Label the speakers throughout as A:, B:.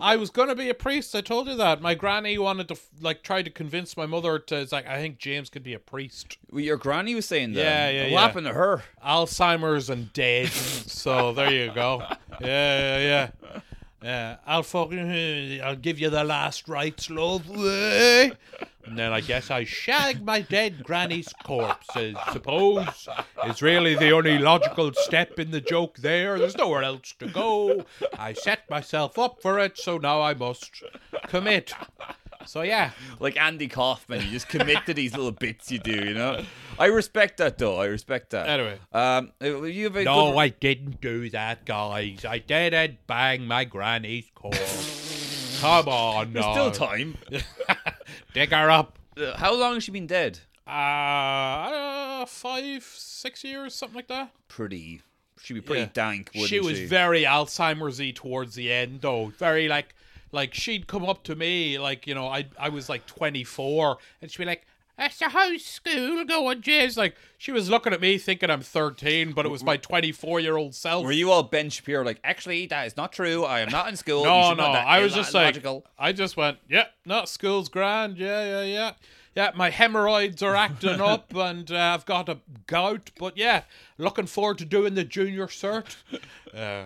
A: I was gonna be a priest. I told you that. My granny wanted to like try to convince my mother to. It's like I think James could be a priest.
B: Well, Your granny was saying that.
A: Yeah, yeah,
B: What
A: yeah.
B: happened to her?
A: Alzheimer's and dead. so there you go. Yeah, yeah, yeah. Yeah, I'll fucking uh, I'll give you the last rites, love. And then I guess I shag my dead granny's corpse. I suppose is really the only logical step in the joke. There, there's nowhere else to go. I set myself up for it, so now I must commit. So yeah,
B: Like Andy Kaufman, you just commit to these little bits you do. You know, I respect that though. I respect that.
A: Anyway.
B: um, you have a
A: no,
B: good-
A: Oh, I didn't do that, guys. I didn't bang my granny's corpse. Come on,
B: There's
A: now.
B: still time.
A: Dig her up.
B: Uh, How long has she been dead?
A: Uh, I don't know, five, six years, something like that.
B: Pretty. She'd be pretty
A: Yeah.
B: dank, wouldn't she?
A: she was very Alzheimer's y towards the end, though. Very like, like she'd come up to me, like you know, I I was like 24, and she'd be like. Uh, so how's school going, James? Like she was looking at me thinking I'm 13, but it was my 24 year old self.
B: Were you all Ben Shapiro like, actually, that is not true. I am not in school. You
A: No,
B: should
A: no.
B: know that.
A: I
B: It's
A: was
B: not
A: just like,
B: logical."
A: I just went, yeah, no, school's grand. Yeah, yeah, yeah. Yeah, my hemorrhoids are acting up and uh, I've got a gout. But yeah, looking forward to doing the junior cert. Uh,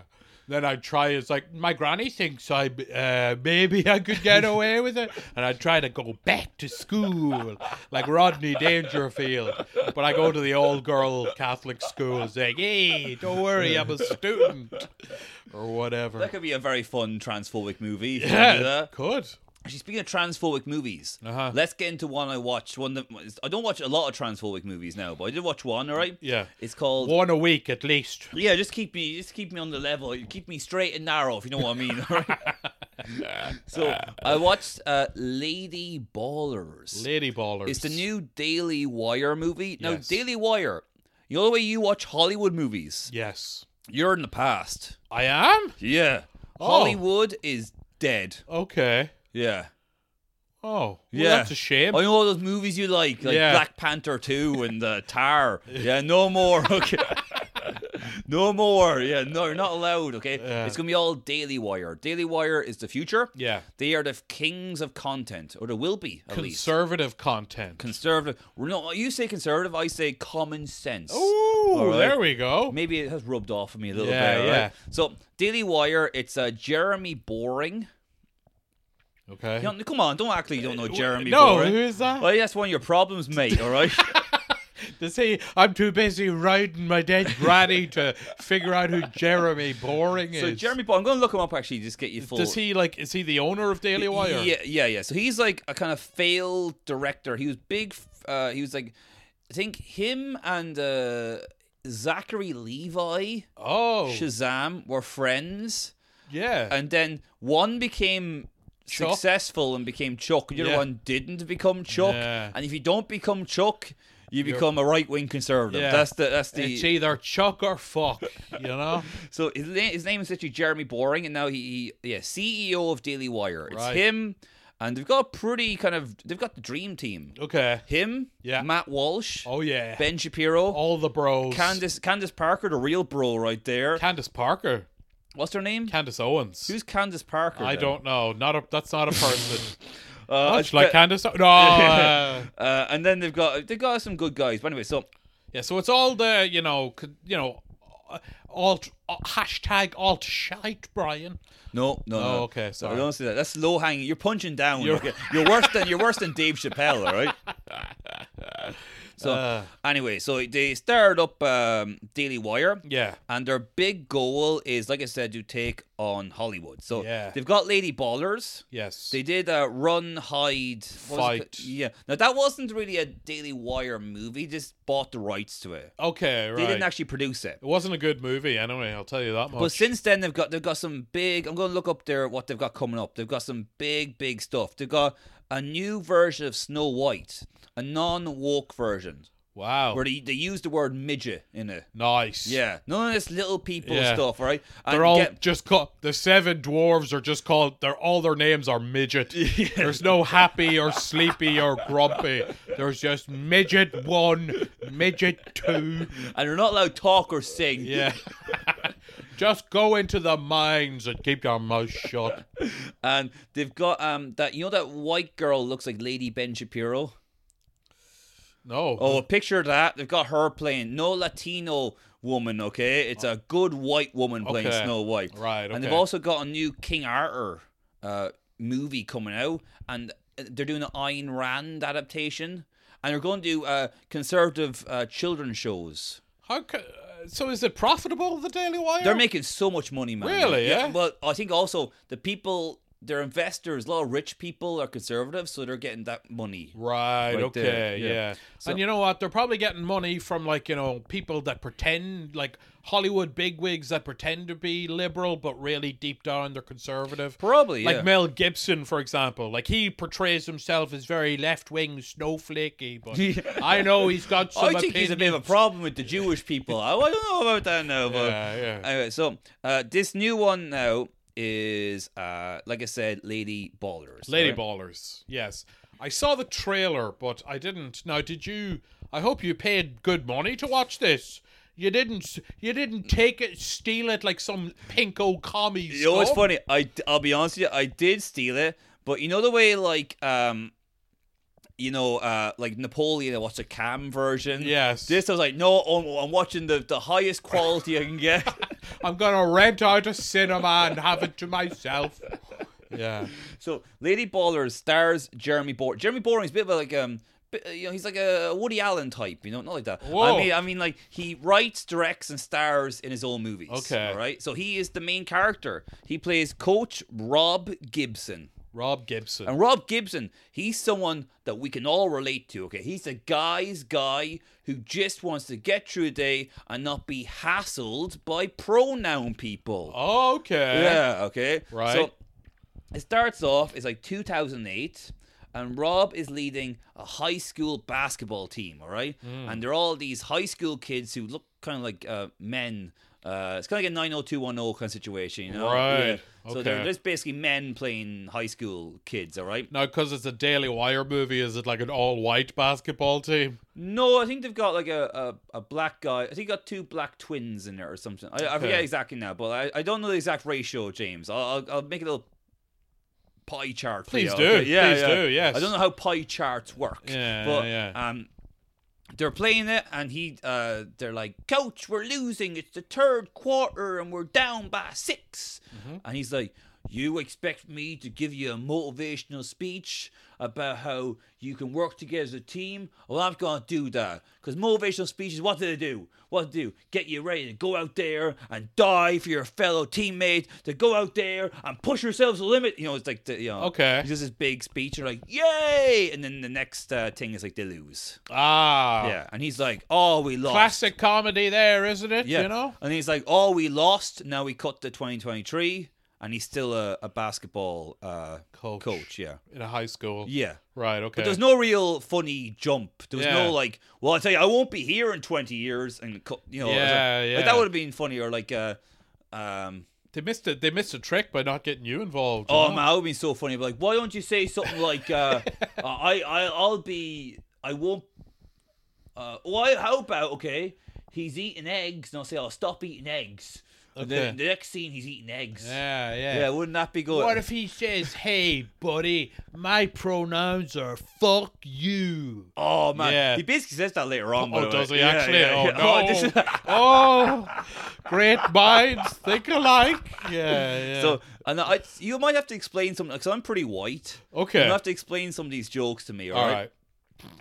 A: then I'd try, it's like, my granny thinks I uh, maybe I could get away with it. And I'd try to go back to school like Rodney Dangerfield. But I go to the all girl Catholic school and say, hey, don't worry, I'm a student or whatever.
B: That could be a very fun transphobic movie. if you wanna
A: Yeah,
B: do that.
A: could.
B: Actually, speaking of transphobic movies,
A: Uh-huh.
B: let's get into one I watched. One that I don't watch a lot of transphobic movies now, but I did watch one. All right.
A: Yeah.
B: It's called.
A: One a week at least.
B: Yeah, just keep me, just keep me on the level. Keep me straight and narrow, if you know what I mean. all right? so I watched uh, Lady Ballers.
A: Lady ballers.
B: It's the new Daily Wire movie. Now,
A: Yes.
B: Daily Wire, the only way you watch Hollywood movies,
A: Yes.
B: you're in the past.
A: I am?
B: Yeah.
A: Oh.
B: Hollywood is dead.
A: Okay.
B: Yeah.
A: Oh. well,
B: Yeah.
A: That's a shame.
B: I know all those movies you like, like
A: Yeah.
B: Black Panther 2 and uh, Tar. Yeah, no more. Okay. no more. Yeah, no, you're not allowed, okay?
A: Yeah.
B: It's going to be all Daily Wire. Daily Wire is the future.
A: Yeah.
B: They are the kings of content, or they will be, at least.
A: Conservative content.
B: Conservative. Well, No, you say conservative, I say common sense.
A: Ooh,
B: All right.
A: there we go.
B: Maybe it has rubbed off on me a little
A: Oh. Yeah,
B: bit. all
A: yeah.
B: right? So, Daily Wire, it's uh, Jeremy Boring.
A: Okay.
B: You don't- come on, don't actually don't know Jeremy
A: Uh, no,
B: Boring.
A: who is that?
B: Well, that's one of your problems, mate, all right?
A: They say I'm too busy riding my dead granny to figure out who Jeremy Boring is.
B: so, Jeremy Boring, I'm going to look him up actually, just get you full.
A: Does he like? Is he the owner of Daily Wire?
B: Yeah, yeah, yeah. So he's like a kind of failed director. He was big. f- Uh, he was like, I think him and uh, Zachary Levi,
A: Oh,
B: Shazam, were friends.
A: yeah.
B: And then one became
A: Chuck?
B: successful and became Chuck. The other
A: Yeah.
B: one didn't become Chuck.
A: Yeah.
B: And if you don't become Chuck, you become a right wing conservative.
A: Yeah.
B: That's the that's the
A: it's either chuck or fuck, you know.
B: So his name, his name is literally Jeremy Boring, and now he, he yeah CEO of Daily Wire. It's
A: Right.
B: him, and they've got a pretty kind of they've got the dream team.
A: Okay.
B: Him,
A: Yeah.
B: Matt Walsh,
A: Oh yeah.
B: Ben Shapiro,
A: All the bros.
B: Candace Candace Parker, the real bro right there.
A: Candace Parker.
B: What's her name?
A: Candace Owens.
B: Who's Candace Parker?
A: I
B: then?
A: don't know. Not a. That's not a person.
B: Uh,
A: Much
B: it's
A: like
B: be-
A: Candace. No. uh,
B: uh, and then they've got they've got some good guys. But anyway, so
A: yeah. So it's all the you know c- you know uh, alt uh, hashtag alt shite Brian.
B: no, no,
A: Oh,
B: no.
A: okay, sorry.
B: I don't see that. That's low hanging. You're punching down. You're, you're worse than you're worse than Dave Chappelle, all right? So
A: Uh.
B: anyway, so they started up um, Daily Wire,
A: Yeah.
B: and their big goal is, like I said, to take on Hollywood. So
A: Yeah.
B: they've got Lady Ballers.
A: Yes.
B: They did a run, hide, what was it
A: Fight.
B: ca- Yeah. Now that wasn't really a Daily Wire movie. They just bought the rights to it.
A: okay. Right. Oh,
B: They didn't actually produce it.
A: it wasn't a good movie anyway. I'll tell you that much.
B: But since then, they've got they've got some big. I'm going to look up there what they've got coming up. They've got some big big stuff. They've got a new version of Snow White, a non woke version
A: wow.
B: where they they use the word midget in it.
A: nice.
B: Yeah, none of this little people
A: Yeah.
B: stuff, right? And
A: They're all
B: get-
A: just called the seven dwarves are just called. They're all their names are midget. There's no happy or sleepy or grumpy. There's just midget one, midget two.
B: and they're not allowed to talk or sing.
A: Yeah. Just go into the mines and keep your mouth shut.
B: and they've got um that you know that white girl looks like Lady Ben Shapiro.
A: No.
B: Oh, picture that. They've got her playing. No Latino woman, okay? It's a good white woman playing
A: Okay.
B: Snow White.
A: Right,
B: And they've
A: okay.
B: also got a new King Arthur uh, movie coming out, and uh, they're doing an Ayn Rand adaptation, and they're going to do uh, conservative uh, children's shows.
A: How ca- uh, so is it profitable, the Daily Wire?
B: They're making so much money, man.
A: Really, yeah?
B: Well, I think also the people, their investors, a lot of rich people are conservative, so they're getting that money.
A: Right,
B: Right
A: okay,
B: there, yeah.
A: yeah.
B: So-
A: and you know what? They're probably getting money from like, you know, people that pretend like Hollywood bigwigs that pretend to be liberal but really deep down they're conservative.
B: Probably, yeah.
A: Like Mel Gibson, for example. Like he portrays himself as very left wing snowflakey, but I know he's got some
B: I think he's a bit of a
A: opinions.
B: problem with the Jewish people. I, I don't know about that now, but
A: Yeah, yeah.
B: anyway, so uh, this new one now is uh, like I said, Lady Ballers.
A: Lady
B: right?
A: Ballers, yes. I saw the trailer, but I didn't. Now, did you? I hope you paid good money to watch this. You didn't. You didn't take it, steal it like some pink old commie.
B: You know what's
A: scum?
B: funny? I I'll be honest with you, I did steal it, but you know the way like um, you know uh, like Napoleon, I watched the cam version.
A: Yes.
B: This I was like, no, I'm, I'm watching the the highest quality I can get.
A: I'm gonna rent out a cinema and have it to myself. Yeah.
B: So, Lady Ballers stars Jeremy Boring. Jeremy Boring's a bit of a, like um, bit, you know, he's like a Woody Allen type, you know, not like that.
A: Whoa.
B: I mean, I mean, like he writes, directs, and stars in his own movies.
A: Okay.
B: all right. So he is the main character. He plays Coach Rob Gibson.
A: Rob Gibson.
B: And Rob Gibson, he's someone that we can all relate to, okay? He's a guy's guy who just wants to get through the day and not be hassled by pronoun people.
A: Okay.
B: Yeah, okay.
A: Oh, Right.
B: So it starts off, it's like 2008, and Rob is leading a high school basketball team, all right?
A: Hmm.
B: And they're all these high school kids who look kind of like uh, men. Uh, it's kind of like a 90210 kind of situation, you know?
A: Right,
B: Yeah. So they're
A: okay.
B: just basically men playing high school kids, all right?
A: Now, because it's a Daily Wire movie, is it like an all-white basketball team?
B: No, I think they've got like a, a, a black guy. I think got two black twins in there or something. I, I forget
A: Okay.
B: exactly now, but I, I don't know the exact ratio, James. I'll, I'll, I'll make a little pie chart for
A: Please
B: you.
A: do, please do, yes.
B: I don't know how pie charts work.
A: Yeah,
B: but,
A: yeah.
B: Um, they're playing it, and he, uh, they're like, "Coach, we're losing. It's the third quarter, and we're down by 6 And he's like, "You expect me to give you a motivational speech about how you can work together as a team? Well, I'm gonna do that because motivational speeches. What do they do? What do they do? Get you ready to go out there and die for your fellow teammate. To go out there and push yourselves to the limit. You know, it's like the, you know,
A: Okay.
B: He does this big speech, and like, "Yay!" And then the next uh, thing is like they lose.
A: Ah.
B: Yeah, and he's like, "Oh, we lost."
A: Classic comedy, there, isn't it?
B: Yeah.
A: You know.
B: And he's like, oh, we lost. Now we cut to 2023. And he's still a, a basketball uh,
A: Coach.
B: yeah.
A: In a high school.
B: Yeah.
A: Right. Okay.
B: But there's no real funny jump. There was
A: Yeah.
B: no like, well, I tell you, I won't be here in 20 years. And, cut you know, I was like-
A: Yeah,
B: like,
A: yeah.
B: that would have been funny. Or like, uh, um,
A: They missed it. They missed a trick by not getting you involved. you
B: oh,
A: know?
B: man, that would have been so funny. But like, why don't you say something like, uh, I, I, I'll be, I won't, uh, why, how about, okay, he's eating eggs. And I'll say, I'll stop eating eggs. And then
A: Okay.
B: the next scene, he's eating eggs.
A: Yeah, yeah.
B: Yeah, wouldn't that be good?
A: What if he says, "Hey, buddy, my pronouns are fuck you"?
B: oh man,
A: Yeah.
B: he basically says that later on. by
A: Oh,
B: the
A: does
B: way.
A: he
B: Yeah,
A: actually?
B: yeah,
A: oh
B: yeah.
A: no!
B: this is-
A: oh, great minds think alike. Yeah, yeah.
B: so, and I, you might have to explain something because I'm pretty white.
A: Okay.
B: you have to explain some of these jokes to me.
A: all
B: right?
A: right.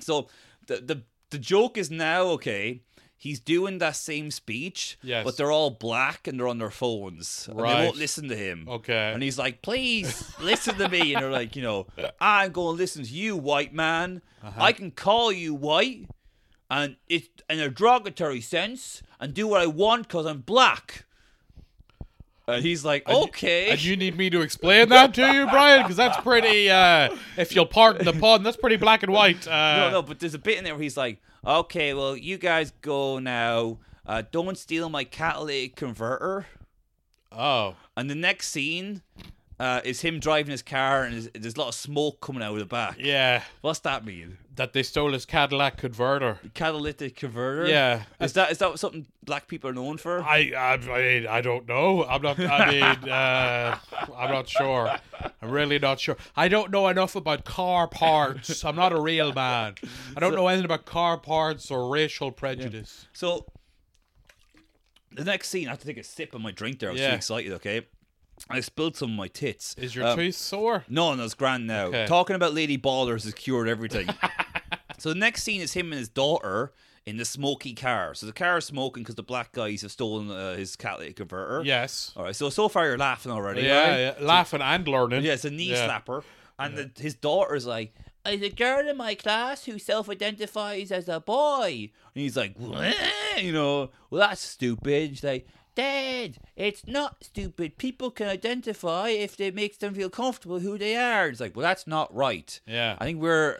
B: So the the the joke is now okay. He's doing that same speech,
A: Yes.
B: but they're all black and they're on their phones. And they
A: Right.
B: won't listen to him.
A: Okay.
B: And he's like, please listen to me. And they're like, you know, I'm going to listen to you, white man.
A: Uh-huh.
B: I can call you white and it's in a derogatory sense and do what I want because I'm black. And he's like, okay.
A: And you need me to explain that to you, Brian? Because that's pretty. Uh, if you'll pardon the pun, that's pretty black and white. Uh,
B: no, no, but there's a bit in there where he's like, okay, well, you guys go now. Uh, don't steal my catalytic converter.
A: Oh,
B: And the next scene uh, is him driving his car and there's, there's a lot of smoke coming out of the back.
A: yeah.
B: What's that mean?
A: that they stole his Cadillac converter.
B: Catalytic converter.
A: Yeah.
B: Is that is that something black people are known for?
A: I, I, I mean, I don't know. I'm not. I mean, uh, I'm not sure. I'm really not sure. I don't know enough about car parts. I'm not a real man. I don't know anything about car parts or racial prejudice.
B: So the next scene, I had to take a sip of my drink there. I was
A: Yeah.
B: too excited, okay? I spilled some of my tits.
A: Is your
B: Um,
A: tooth sore?
B: No, no, it's grand now.
A: Okay.
B: Talking about Lady Ballers has cured everything. so the next scene is him and his daughter in the smoky car. So the car is smoking because the black guys have stolen uh, his catalytic converter.
A: Yes.
B: All right. So so far you're laughing already.
A: Yeah,
B: right?
A: yeah, laughing and learning.
B: Yeah, it's a knee
A: Yeah.
B: slapper. And the, his daughter's like, There's a girl in my class who self identifies as a boy. And he's like, "What?" You know, well, that's stupid. She's like, Dad, it's not stupid. People can identify if it makes them feel comfortable who they are. It's like, Well, that's not right.
A: Yeah.
B: I think we're.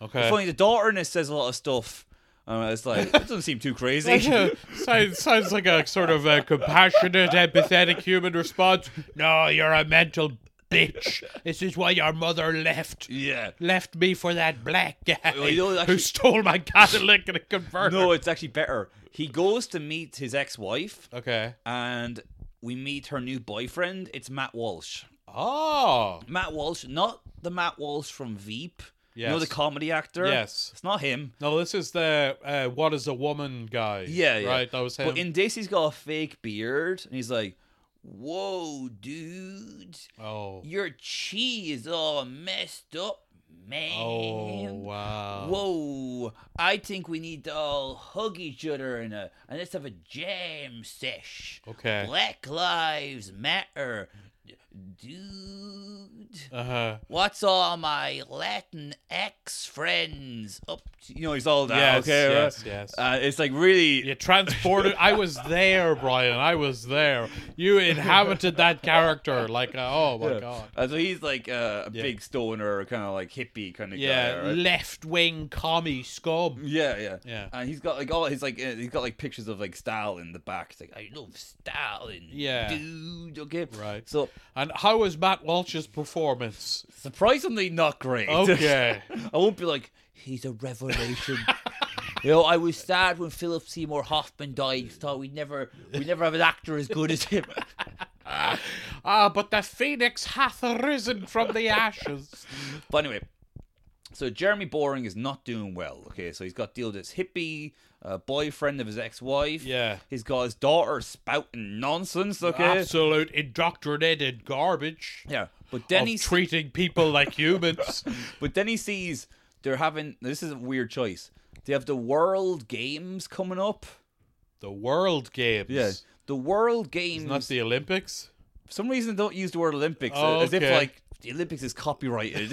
A: Okay.
B: Funny, the daughter in this says a lot of stuff. Uh, it's like, it doesn't seem too crazy.
A: sounds, sounds like a sort of a compassionate, empathetic human response. No, you're a mental bitch. This is why your mother left.
B: yeah.
A: Left me for that black guy
B: Well, you know, actually-
A: who stole my Cadillac and a converter.
B: No, it's actually better. He goes to meet his ex wife.
A: Okay.
B: and we meet her new boyfriend. It's Matt Walsh.
A: Oh.
B: Matt Walsh, not the Matt Walsh from Veep. You know
A: Yes.
B: the comedy actor.
A: Yes.
B: it's not him.
A: No, this is the uh, what is a woman guy.
B: Yeah, yeah.
A: Right, that was him.
B: But in this, he's got a fake beard, and he's like, "Whoa, dude,
A: oh.
B: your chi is all messed up, man."
A: Oh, wow.
B: Whoa! I think we need to all hug each other and uh, and let's have a jam sesh.
A: Okay.
B: Black lives matter, dude.
A: Uh-huh.
B: What's all my Latin ex friends up to? You know, he's all that.
A: Yes,
B: okay, right?
A: yes, yes.
B: Uh, it's like really.
A: You transported. I was there, Brian. I was there. You inhabited that character. Like, uh, oh my god.
B: Uh, so he's like uh, a
A: Yeah.
B: big stoner, kind of like hippie kind of
A: Yeah,
B: guy. Right? Mm.
A: left wing commie scum.
B: Yeah, yeah,
A: Yeah.
B: And he's got like all his like uh, he's got like pictures of like Stalin the back. It's like I love Stalin.
A: Yeah.
B: dude. Okay,
A: Right.
B: So
A: And how was Matt Walsh's performance?
B: surprisingly not great.
A: Okay.
B: I won't be like, he's a revelation. you know, I was sad when Philip Seymour Hoffman died. Thought we'd never, we'd never have an actor as good as him.
A: Ah, but the phoenix hath arisen from the ashes.
B: but anyway, so Jeremy Boring is not doing well. Okay, so he's got deal with this hippie uh, boyfriend of his ex-wife.
A: Yeah.
B: he's got his daughter spouting nonsense. Okay,
A: Absolute indoctrinated garbage.
B: yeah. But
A: Of
B: then he,
A: treating people like humans.
B: but then he sees they're having. This is a weird choice. They have the World Games coming up.
A: the World Games.
B: the World Games.
A: Not the Olympics.
B: For some reason, don't use the word Olympics uh,
A: Oh,
B: as if
A: okay.
B: like the Olympics is copyrighted.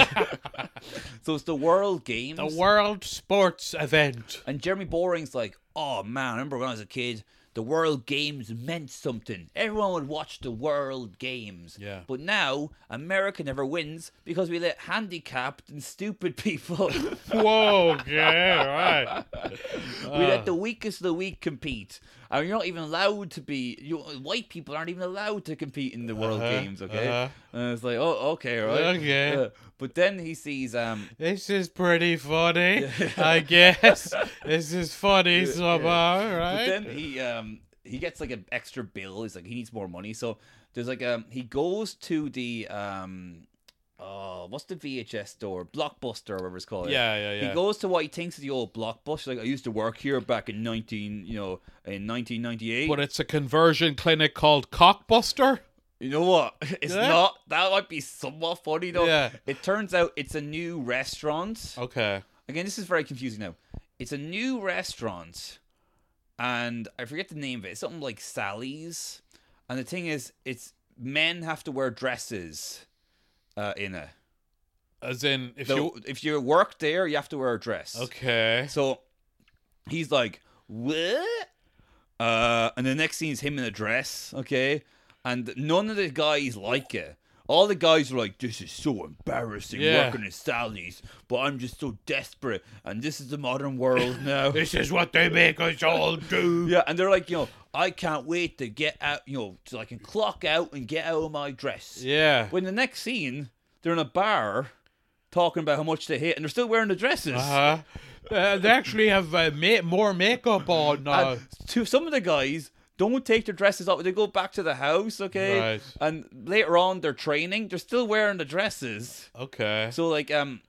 B: so it's the World Games.
A: The World Sports Event.
B: and Jeremy Boring's like, oh man, I remember when I was a kid, the World Games meant something. Everyone would watch the World Games.
A: Yeah.
B: But now America never wins because we let handicapped and stupid people,
A: Whoa, yeah, right.
B: we let the weakest of the weak compete. And you're not even allowed to be. You, white people aren't even allowed to compete in the World
A: Uh-huh,
B: Games. Okay.
A: uh-huh.
B: And it's like, oh, okay, right.
A: Okay.
B: Uh, but then he sees um,
A: This is pretty funny, I guess. This is funny somehow,
B: But
A: right?
B: then he um he gets like an extra bill. He's like he needs more money. So there's like um he goes to the um oh what's the VHS store Blockbuster or whatever it's called.
A: Yeah, yeah, yeah.
B: He goes to what he thinks is the old Blockbuster. Like I used to work here back in nineteen you know in nineteen ninety eight.
A: but it's a conversion clinic called Cockbuster.
B: You know what? It's
A: Yeah.
B: not. That might be somewhat funny though.
A: Yeah. Oh.
B: It turns out it's a new restaurant.
A: Okay.
B: Again, this is very confusing now. It's a new restaurant, and I forget the name of it. It's something like Sally's. And the thing is, it's men have to wear dresses uh, in it.
A: As in, if
B: So
A: you.
B: if you work there, you have to wear a dress.
A: Okay.
B: So he's like, what? Uh, and the next scene is him in a dress, okay? And none of the guys like it. All the guys are like, this is so embarrassing
A: Yeah.
B: working at Sally's, but I'm just so desperate. And this is the modern world now.
A: This is what they make us all do.
B: yeah, and they're like, you know, I can't wait to get out, you know, so I can clock out and get out of my dress.
A: Yeah.
B: When the next scene, they're in a bar talking about how much they hate, and they're still wearing the dresses.
A: Uh, uh, they actually have uh, ma- more makeup on uh, now.
B: And to some of the guys don't take their dresses off. They go back to the house, okay?
A: Right.
B: And later on, they're training. They're still wearing the dresses.
A: okay.
B: So like, um,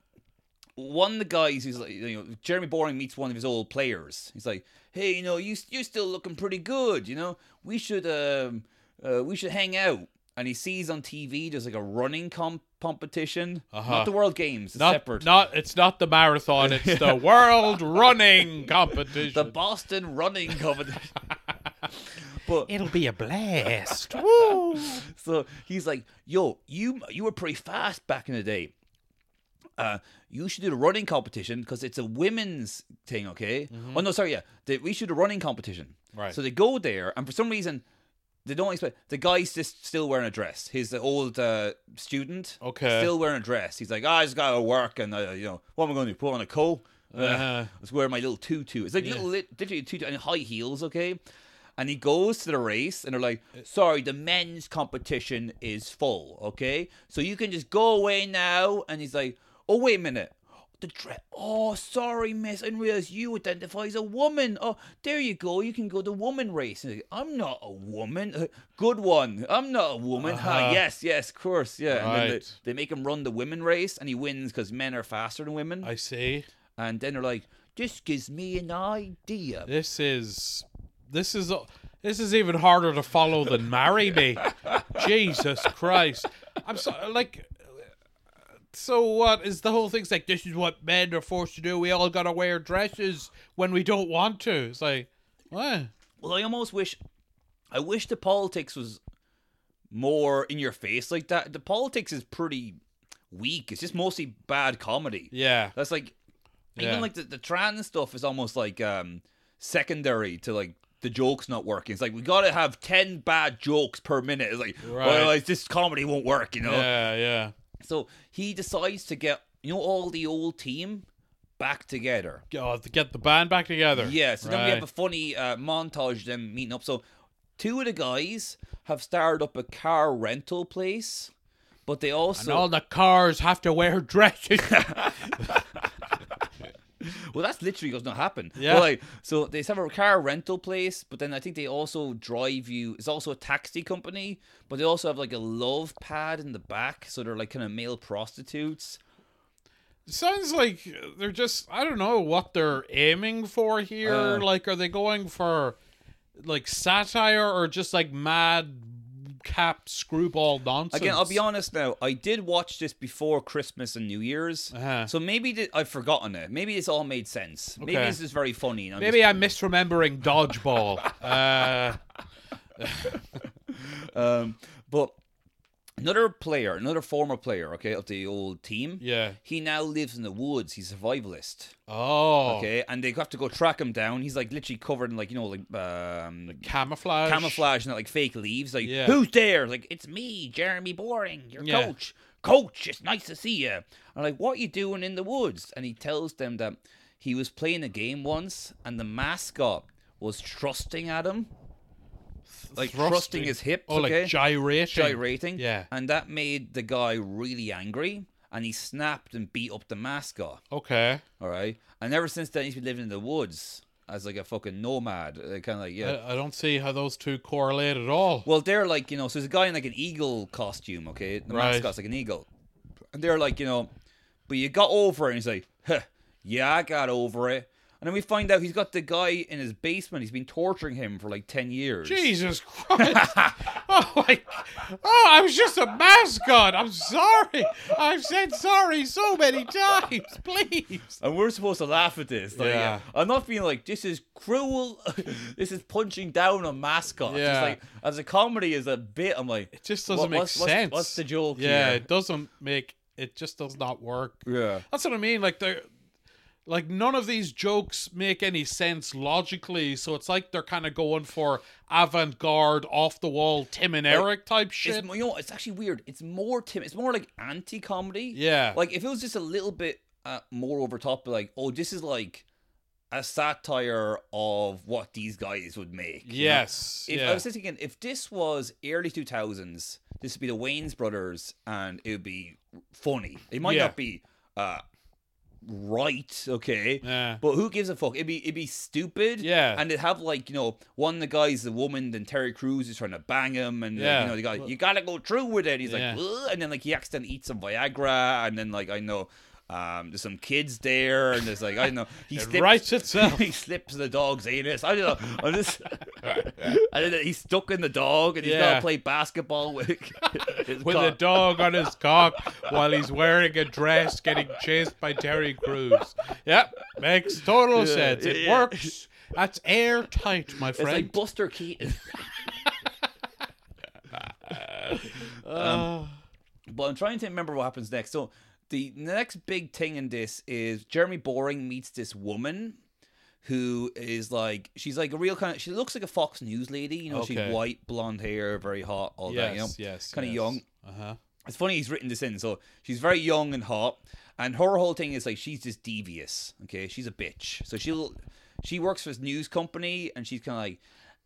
B: one of the guys who's like, you know, Jeremy Boring meets one of his old players. He's like, hey, you know, you you're still looking pretty good. You know, we should um, uh, we should hang out. And he sees on TV there's like a running comp competition, not the World Games, it's
A: Uh-huh. not,
B: separate.
A: not it's not the marathon. It's the world running competition.
B: the Boston running competition. but
A: It'll be a blast. Woo.
B: So he's like, "Yo, you you were pretty fast back in the day. Uh, you should do the running competition because it's a women's thing, okay? Oh no, sorry, yeah, they, we should do the running competition.
A: Mm-hmm. Right.
B: So they go there, and for some reason, they don't expect the guy's just still wearing a dress. He's the old uh, student,
A: Okay.
B: still wearing a dress. He's like, "Ah, I just gotta work, and uh, you know, what am I going to do? Put on a coat? Uh,
A: Uh-huh.
B: Let's wear my little tutu. It's like little lit, literally a tutu and high heels, okay? And he goes to the race, and they're like,
A: Uh,
B: "Sorry, the men's competition is full, okay? So you can just go away now." And he's like, "Oh wait a minute." The dress. Oh, sorry, miss. I didn't realize you identify as a woman. Oh, there you go. You can go the woman race. And he's like, I'm not a woman. Uh, Good one. I'm not a woman.
A: Uh-huh.
B: Ha, yes, yes, of course. Yeah. And then
A: Right.
B: they, they make him run the women race, and he wins because men are faster than women.
A: I see.
B: and then they're like, "This gives me an idea."
A: This is this is this is even harder to follow than marry me. Jesus Christ! I'm so like. So what is the whole thing's like? This is what men are forced to do. We all gotta wear dresses when we don't want to. It's like, what?
B: Well, I almost wish, I wish the politics was more in your face like that. The politics is pretty weak. It's just mostly bad comedy.
A: Yeah.
B: That's like,
A: Yeah.
B: even like the, the trans stuff is almost like um secondary to like. The joke's not working. It's like we gotta have ten bad jokes per minute. It's like,
A: Right.
B: well, it's just comedy won't work, you know.
A: Yeah. Yeah.
B: So he decides to get you know all the old team back together.
A: God, oh, to get the band back together.
B: Yeah. So then we have
A: Right.
B: a funny uh, montage of them meeting up. So two of the guys have started up a car rental place, but they
A: and
B: also
A: all the cars have to wear dresses.
B: well that's literally what's not happen.
A: Yeah.
B: But, like, so they have a car rental place, but then I think they also drive you. It's also a taxi company, but they also have like a love pad in the back, so they're like kind of male prostitutes.
A: sounds like they're just I don't know what they're aiming for here.
B: Uh.
A: like are they going for like satire or just like mad cap screwball nonsense?
B: Again, I'll be honest now. I did watch this before Christmas and New Year's,
A: Uh-huh.
B: so maybe th- I've forgotten it. Maybe this all made sense. Maybe
A: Okay.
B: this is very funny. and I'm
A: Maybe I'm misremembering dodgeball. uh,
B: just- um, but another player, another former player, okay, of the old team.
A: yeah.
B: He now lives in the woods. He's a survivalist,
A: Oh.
B: okay, and they have to go track him down. He's like literally covered in like you know like um,
A: Camouflage.
B: camouflage and like fake leaves. Like,
A: Yeah.
B: who's there? Like, it's me, Jeremy Boring, your
A: Yeah.
B: coach. Coach, it's nice to see you. And like, what you doing in the woods? And he tells them that he was playing a game once, and the mascot was thrusting at him, like thrusting, his hips.
A: Oh,
B: okay?
A: like gyrating.
B: gyrating.
A: Yeah.
B: And that made the guy really angry, and he snapped and beat up the mascot.
A: Okay.
B: All right. And ever since then, he's been living in the woods as like a fucking nomad. Kind of like yeah.
A: I, I don't see how those two correlate at all.
B: Well, they're like, you know, so there's a guy in like an eagle costume, okay? The
A: Right.
B: mascot's like an eagle. And they're like, you know, but you got over it. And he's like, huh, yeah, I got over it. And then we find out he's got the guy in his basement. He's been torturing him for like 10 years.
A: Jesus Christ! oh my! Oh, I was just a mascot. I'm sorry. I've said sorry so many times. Please.
B: And we're supposed to laugh at this. Like,
A: Yeah.
B: I'm not being like, this is cruel. this is punching down on mascot. Just
A: Yeah.
B: like, as a comedy, as a bit, I'm like,
A: It just doesn't
B: What-
A: make
B: what's- what's-
A: sense.
B: what's the joke
A: Yeah,
B: here?
A: it doesn't make. It just does not work.
B: yeah.
A: That's what I mean. Like they're. Like none of these jokes make any sense logically, so it's like they're kind of going for avant-garde, off-the-wall Tim and Eric type shit.
B: It's, mo- you know, it's actually weird. It's more Tim. It's more like anti-comedy.
A: Yeah.
B: Like if it was just a little bit uh, more over top, like oh, this is like a satire of what these guys would make. you know?
A: yes,
B: If
A: yeah,
B: I was just thinking, if this was early two thousands, this would be the Wayne's brothers, and it would be funny. It might
A: Yeah.
B: not be uh, right, okay.
A: Yeah.
B: But who gives a fuck? It'd be it'd be stupid.
A: Yeah.
B: And it'd have like, you know, one of the guys the woman, then Terry Crews is trying to bang him and
A: Yeah.
B: like, you know, the guy, you gotta go through with it. He's
A: Yeah.
B: like, "Ugh," and then like he accidentally eats some Viagra and then like I know um, there's some kids there and there's like I don't know he
A: It
B: slips-
A: writes itself.
B: he slips the dog's anus. I don't know. I'm just and then he's stuck in the dog and he's
A: Yeah.
B: gotta play basketball with his
A: with a
B: cock.
A: dog on his cock while he's wearing a dress getting chased by Terry Crews. Yep, makes total
B: Yeah,
A: sense. It
B: yeah.
A: works. That's airtight, my
B: It's
A: friend.
B: like Buster Keaton. um, Oh.
A: Uh,
B: But I'm trying to remember what happens next. So the next big thing in this is Jeremy Boring meets this woman who is like she's like a real kind of she looks like a Fox News lady, you know,
A: Okay.
B: she's white, blonde hair, very hot, all that, you know.
A: yes, yes.
B: Kinda
A: yes.
B: young.
A: Uh-huh.
B: It's funny he's written this in. So she's very young and hot, and her whole thing is like she's just devious. Okay, she's a bitch. So she'll she works for this news company, and she's kind of like,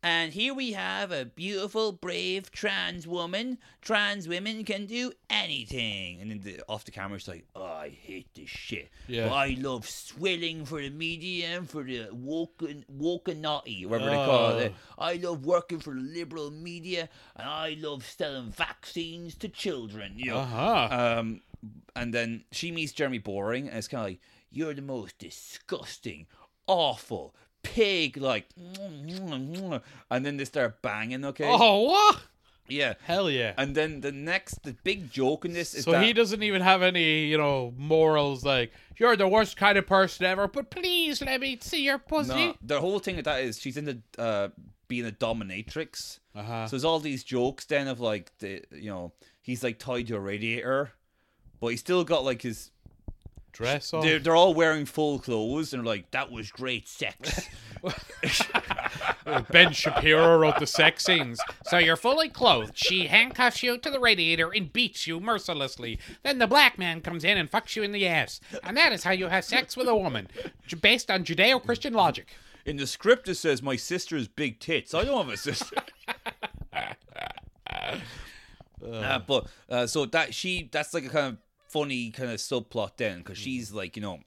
B: and here we have a beautiful, brave trans woman. Trans women can do anything. And then the, off the camera, she's like, oh, I hate this shit.
A: Yeah.
B: But I love swilling for the media and for the woken wokenati, whatever they
A: Oh.
B: call it. I love working for the liberal media, and I love selling vaccines to children. You know,
A: Uh-huh.
B: um, and then she meets Jeremy Boring, and it's kind of like, "You're the most disgusting, awful pig." Like, and then they start banging. Okay,
A: Oh, what?
B: yeah.
A: Hell yeah.
B: And then the next, the big joke in this is
A: So
B: that
A: he doesn't even have any, you know, morals like, you're the worst kind of person ever, but please let me see your pussy.
B: no, the whole thing of that is she's in the uh, being a dominatrix.
A: Uh-huh.
B: So there's all these jokes then of like the you know he's like tied to a radiator, but he's still got like his
A: Dress on.
B: they're, they're all wearing full clothes and like that was great sex.
A: Ben Shapiro wrote the sex scenes. So you're fully clothed. She handcuffs you to the radiator and beats you mercilessly. Then the black man comes in and fucks you in the ass. And that is how you have sex with a woman, j- based on Judeo Christian logic.
B: In the script it says my sister's big tits. I don't have a sister. Uh, but uh, so that she that's like a kind of funny kind of subplot then because
A: Mm-hmm.
B: she's like you know,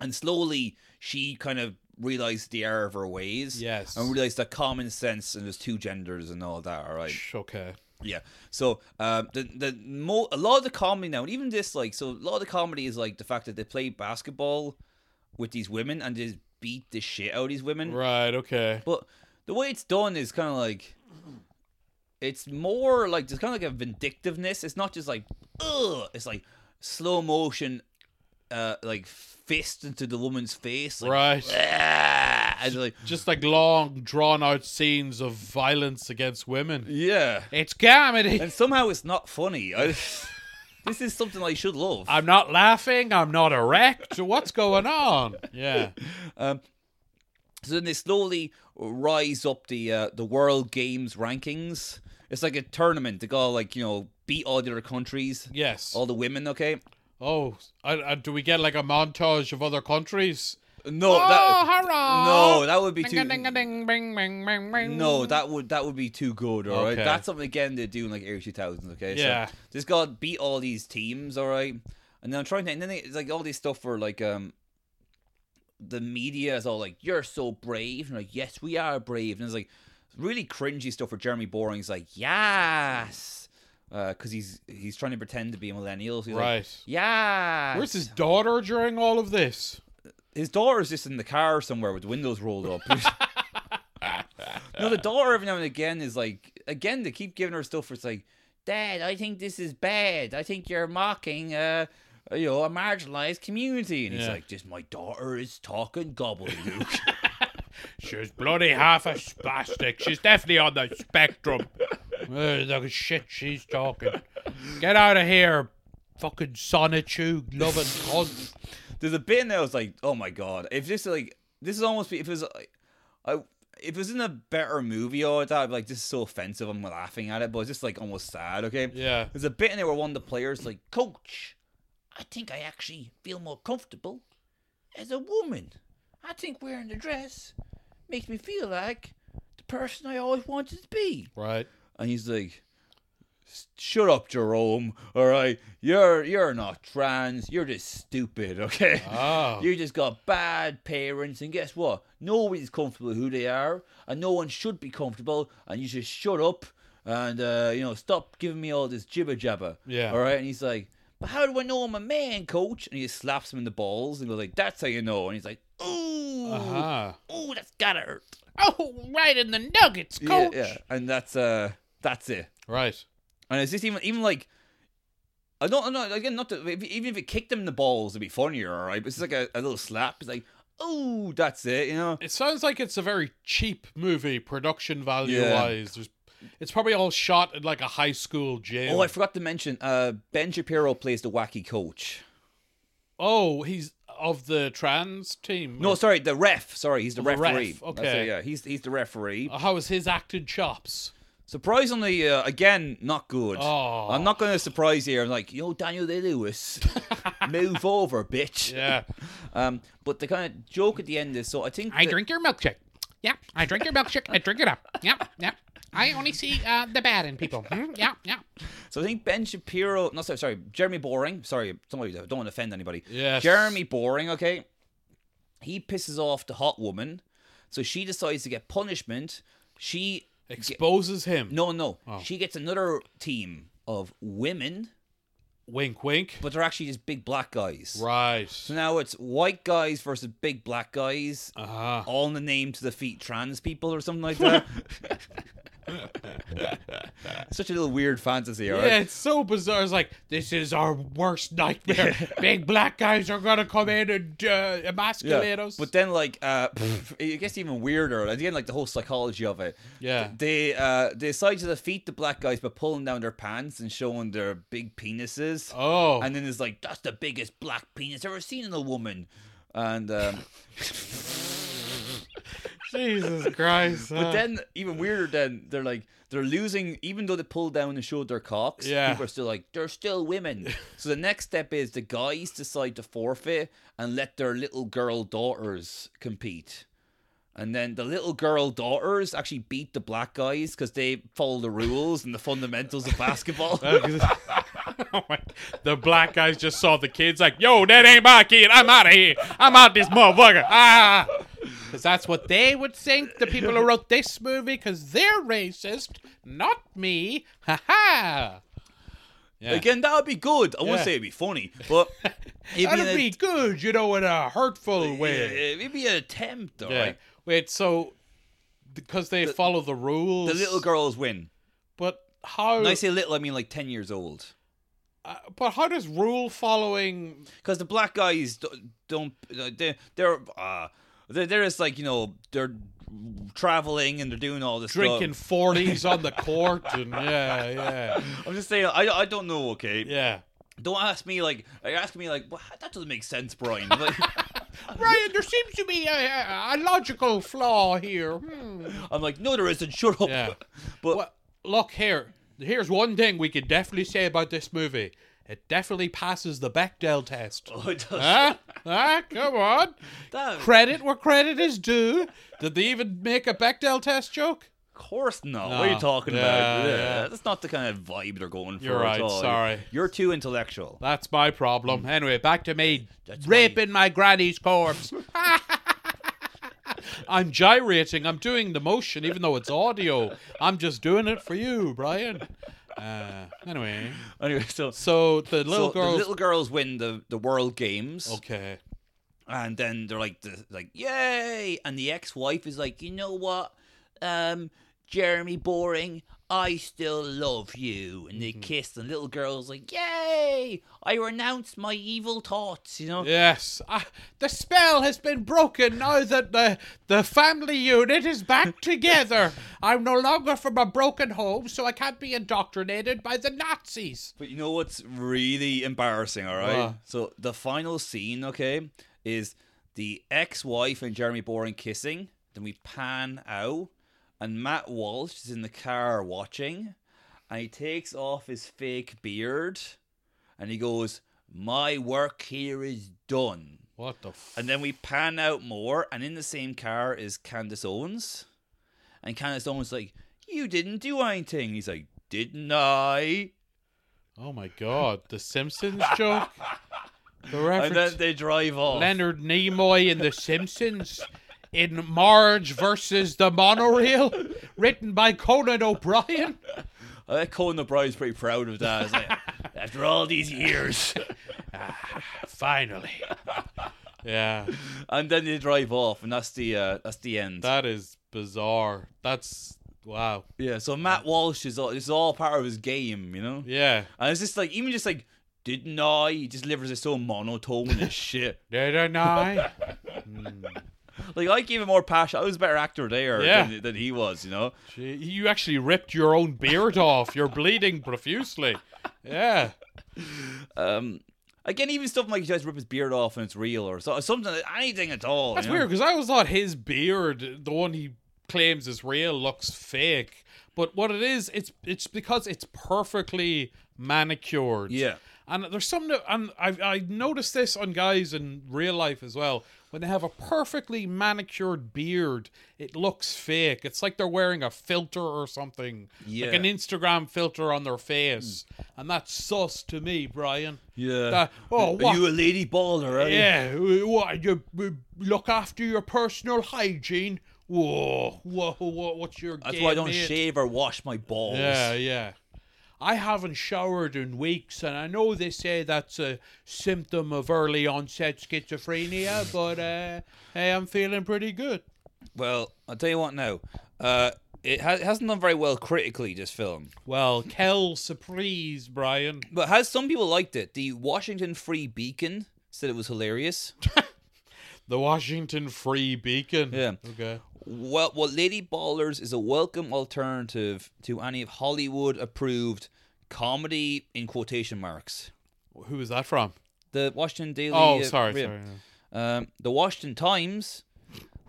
B: and slowly she kind of realized the error of her ways.
A: Yes.
B: and realized that common sense and there's two genders and all that. All right.
A: Okay.
B: Yeah. So um, the the mo- a lot of the comedy now, and even this like so a lot of the comedy is like the fact that they play basketball with these women and just beat the shit out of these women.
A: Right, okay.
B: But the way it's done is kind of like it's more like there's kind of like a vindictiveness. It's not just like ugh. It's like slow motion, uh, like fist into the woman's face. Like,
A: Right.
B: "Ah," and like
A: Just like long, drawn out scenes of violence against women.
B: yeah.
A: It's comedy.
B: And somehow it's not funny. I, this is something I should love.
A: I'm not laughing. I'm not erect. What's going on? Yeah.
B: So then they slowly rise up the uh, the World Games rankings. It's like a tournament. They go like you know beat all the other countries,
A: Yes.
B: all the women. Okay,
A: Oh, and, and do we get like a montage of other countries?
B: no,
A: oh,
B: that
A: hurrah!
B: no, that would be
A: Ding,
B: too.
A: ding, ding, bing, bing, bing, bing.
B: No, that would that would be too good. All right,
A: Mm. Okay.
B: that's something again they do in like early two thousands. Okay,
A: Yeah.
B: so this guy beat all these teams. All right, and then I'm trying to, and then they, it's like all this stuff for like um. The media is all like, "You're so brave," and like, "Yes, we are brave," and it's like really cringy stuff where Jeremy Boring's like, "Yes," because he's he's trying to pretend to be a millennial. So he's like,
A: Right.
B: "Yeah."
A: Where's his daughter during all of this?
B: His daughter's just in the car somewhere with the windows rolled up. no, the daughter every now and again is like, again, they keep giving her stuff where it's like, Dad, I think this is bad. I think you're mocking, uh, you know, a marginalized community. And he's
A: Yeah.
B: like, just my daughter is talking gobbledygook.
A: She's bloody half a spastic. She's definitely on the spectrum. Uh, the shit she's talking. Get out of here, fucking sonitude loving cunt.
B: There's a bit in there I was like, oh my God. If this is like, this is almost, if it was, like, I, if it was in a better movie or that, I'd be like, this is so offensive. I'm laughing at it, but it's just like almost sad, okay?
A: Yeah.
B: There's a bit in there where one of the players like, Coach, I think I actually feel more comfortable as a woman. I think wearing the dress makes me feel like the person I always wanted to be.
A: Right.
B: And he's like, shut up, Jerome. All right, you're you're not trans. You're just stupid. Okay.
A: Oh.
B: You just got bad parents, and guess what? Nobody's comfortable with who they are, and no one should be comfortable. And you just shut up and uh, you know stop giving me all this jibber jabber.
A: Yeah.
B: All right. And he's like, "But how do I know I'm a man, coach?" And he just slaps him in the balls and goes like, "That's how you know." And he's like, "Ooh,
A: Ah.
B: ooh, that's gotta hurt."
A: Oh, right in the nuggets, coach.
B: Yeah, yeah. And that's uh, that's it.
A: Right.
B: And it's just even even like I don't I don't know again not to, if- even if it kicked him in the balls it'd be funnier, all right. But it's just like a, a little slap. It's like oh that's it, you know.
A: It sounds like it's a very cheap movie, production value
B: Yeah.
A: wise. There's, it's probably all shot at like a high school jail.
B: Oh, I forgot to mention. Uh, ben Shapiro plays the wacky coach.
A: Oh, he's of the trans team.
B: No, sorry, the ref. Sorry, he's the
A: Oh, The ref,
B: referee. That's
A: okay.
B: it, yeah, he's he's the referee.
A: Uh, How is his acting chops?
B: Surprisingly, uh, again, not good.
A: Oh.
B: I'm not going to surprise you. I'm like, yo, Daniel Day Lewis, move over, bitch.
A: Yeah.
B: Um, but the kind of joke at the end is so I think
C: I
B: that-
C: drink your milkshake. Yeah, I drink your milkshake. I drink it up. Yeah, yeah. I only see uh, the bad in people. Hmm? Yeah, yeah.
B: So I think Ben Shapiro, no, sorry, sorry, Jeremy Boring. Sorry, somebody don't want to offend anybody.
A: Yes.
B: Jeremy Boring. Okay, he pisses off the hot woman, so she decides to get punishment. She
A: Exposes him.
B: no no,
A: Oh.
B: she gets another team of women,
A: Wink, wink.
B: but they're actually just big black guys.
A: Right.
B: So now it's white guys versus big black guys,
A: Ah.
B: all in the name to defeat trans people or something like that. Such a little weird fantasy, all right?
A: Yeah, it's so bizarre. It's like this is our worst nightmare. Big black guys are gonna come in and uh, emasculate us.
B: But then, like, uh, it gets even weirder. And again, like the whole psychology of it.
A: Yeah.
B: They uh, they decide to defeat the black guys by pulling down their pants and showing their big penises.
A: oh,
B: And then it's like, that's the biggest black penis ever seen in a woman. And um,
A: Jesus Christ!
B: but
A: uh,
B: then, even weirder, then they're like, they're losing, even though they pulled down and showed their cocks.
A: Yeah.
B: People are still like, they're still women. so the next step is the guys decide to forfeit and let their little girl daughters compete. And then the little girl daughters actually beat the black guys because they follow the rules and the fundamentals of basketball.
A: Oh my- the black guys just saw the kids like, yo, that ain't my kid. I'm out of here. I'm out this motherfucker. Ah,
C: Because that's what they would think. The people who wrote this movie, because they're racist, not me. Ha ha.
A: Yeah.
B: Again, that would be good. I wouldn't
A: Yeah.
B: say it'd be funny, but it'd
A: that'd
B: an
A: be good, you know, in a hurtful
B: att-
A: way.
B: yeah, it'd be an attempt, all right.
A: Yeah. Wait, so because they follow the rules,
B: The little girls win.
A: But how?
B: When I say little, I mean like 10 years old.
A: uh, but how does rule following?
B: because the black guys don't, don't they're they're, uh, they're they're just like you know they're traveling and they're doing all this
A: Drinking
B: Stuff.
A: forties on the court and yeah, yeah,
B: I'm just saying, I, I don't know. Okay,
A: yeah.
B: don't ask me like like, ask me like well, that doesn't make sense, Brian. Like,
C: Brian, there seems to be a, a, a logical flaw here. Hmm.
B: I'm like, no, there isn't. Shut up.
A: Yeah.
B: But
A: Well, look here. Here's one thing we can definitely say about this movie. It definitely passes the Bechdel test.
B: Oh, it does-
A: Huh? huh? Come on.
B: that-
A: Credit where credit is due. Did they even make a Bechdel test joke?
B: of course not. What are you
A: No.
B: talking
A: Yeah,
B: about?
A: yeah.
B: That's not the kind of vibe they're going for.
A: You're
B: at
A: right,
B: all.
A: sorry.
B: You're too intellectual.
A: That's my problem. Anyway, back to me
B: Hmm. That's
A: raping my granny's corpse. I'm gyrating. I'm doing the motion, even though it's audio. I'm just doing it for you, Brian. Uh, anyway,
B: Anyway, so.
A: so the
B: so
A: little girl.
B: the little girls win the, the world games.
A: okay.
B: and then they're like the, like yay and the ex-wife is like you know what um jeremy boring i still love you and they kiss and the little girl's like yay i renounce my evil thoughts you know
A: Yes, ah, the spell has been broken now that the the family unit is back together. I'm no longer from a broken home, so I can't be indoctrinated by the Nazis.
B: But you know what's really embarrassing, all right?
A: What?
B: So the final scene, okay, is the ex-wife and Jeremy Boring kissing. Then we pan out, and Matt Walsh is in the car watching, and he takes off his fake beard, and he goes, "My work here is done."
A: What the? F-
B: And then we pan out more, and in the same car is Candace Owens. And Candace Owens is like, You didn't do anything. He's like, Didn't I?
A: Oh my God, the Simpsons joke. The
B: And
A: reference.
B: then they drive off.
A: Leonard Nimoy in The Simpsons. In Marge versus the Monorail, written by Conan O'Brien.
B: I bet Conan O'Brien's pretty proud of that. He's like, After all these years.
A: Finally. Yeah,
B: and then they drive off, and that's the uh, that's the end.
A: that is bizarre. That's wow.
B: yeah. So Matt Walsh is all this is all part of his game, you know.
A: Yeah.
B: And it's just like even just like didn't I? He just delivers it so monotone as shit.
A: Didn't I?
B: Like I gave him more passion. I was a better actor there
A: Yeah.
B: than, than he was, you know.
A: Gee, You actually ripped your own beard off. You're bleeding profusely. Yeah.
B: Um, again, even stuff like he tries to rip his beard off and it's real or so, something, anything at all.
A: That's
B: you know?
A: weird because I always thought his beard, the one he claims is real, looks fake. But what it is, it's it's because it's perfectly manicured.
B: Yeah.
A: And there's some, and I I noticed this on guys in real life as well. When they have a perfectly manicured beard, it looks fake. It's like they're wearing a filter or something,
B: Yeah.
A: like an Instagram filter on their face, and that's sus to me, Brian.
B: Yeah.
A: That- oh,
B: Are
A: what
B: you a lady baller? Are you?
A: yeah, w- what you w- look after your personal hygiene. Whoa, whoa, whoa what's your?
B: That's
A: game,
B: why I don't
A: mate?
B: shave or wash my balls.
A: Yeah, yeah. I haven't showered in weeks, and I know they say that's a symptom of early onset schizophrenia, but uh, hey, I'm feeling pretty good.
B: Well, I'll tell you what now. Uh, it, ha- it hasn't done very well critically, this film.
A: Well, Kel surprise, Brian.
B: But has some people liked it? The Washington Free Beacon said it was hilarious.
A: The Washington Free Beacon.
B: Yeah.
A: Okay.
B: well, well, Lady Ballers is a welcome alternative to any of Hollywood approved comedy in quotation marks.
A: Who is that from?
B: The Washington Daily.
A: Oh,
B: uh,
A: sorry,
B: Rib-
A: sorry.
B: Um, the Washington Times,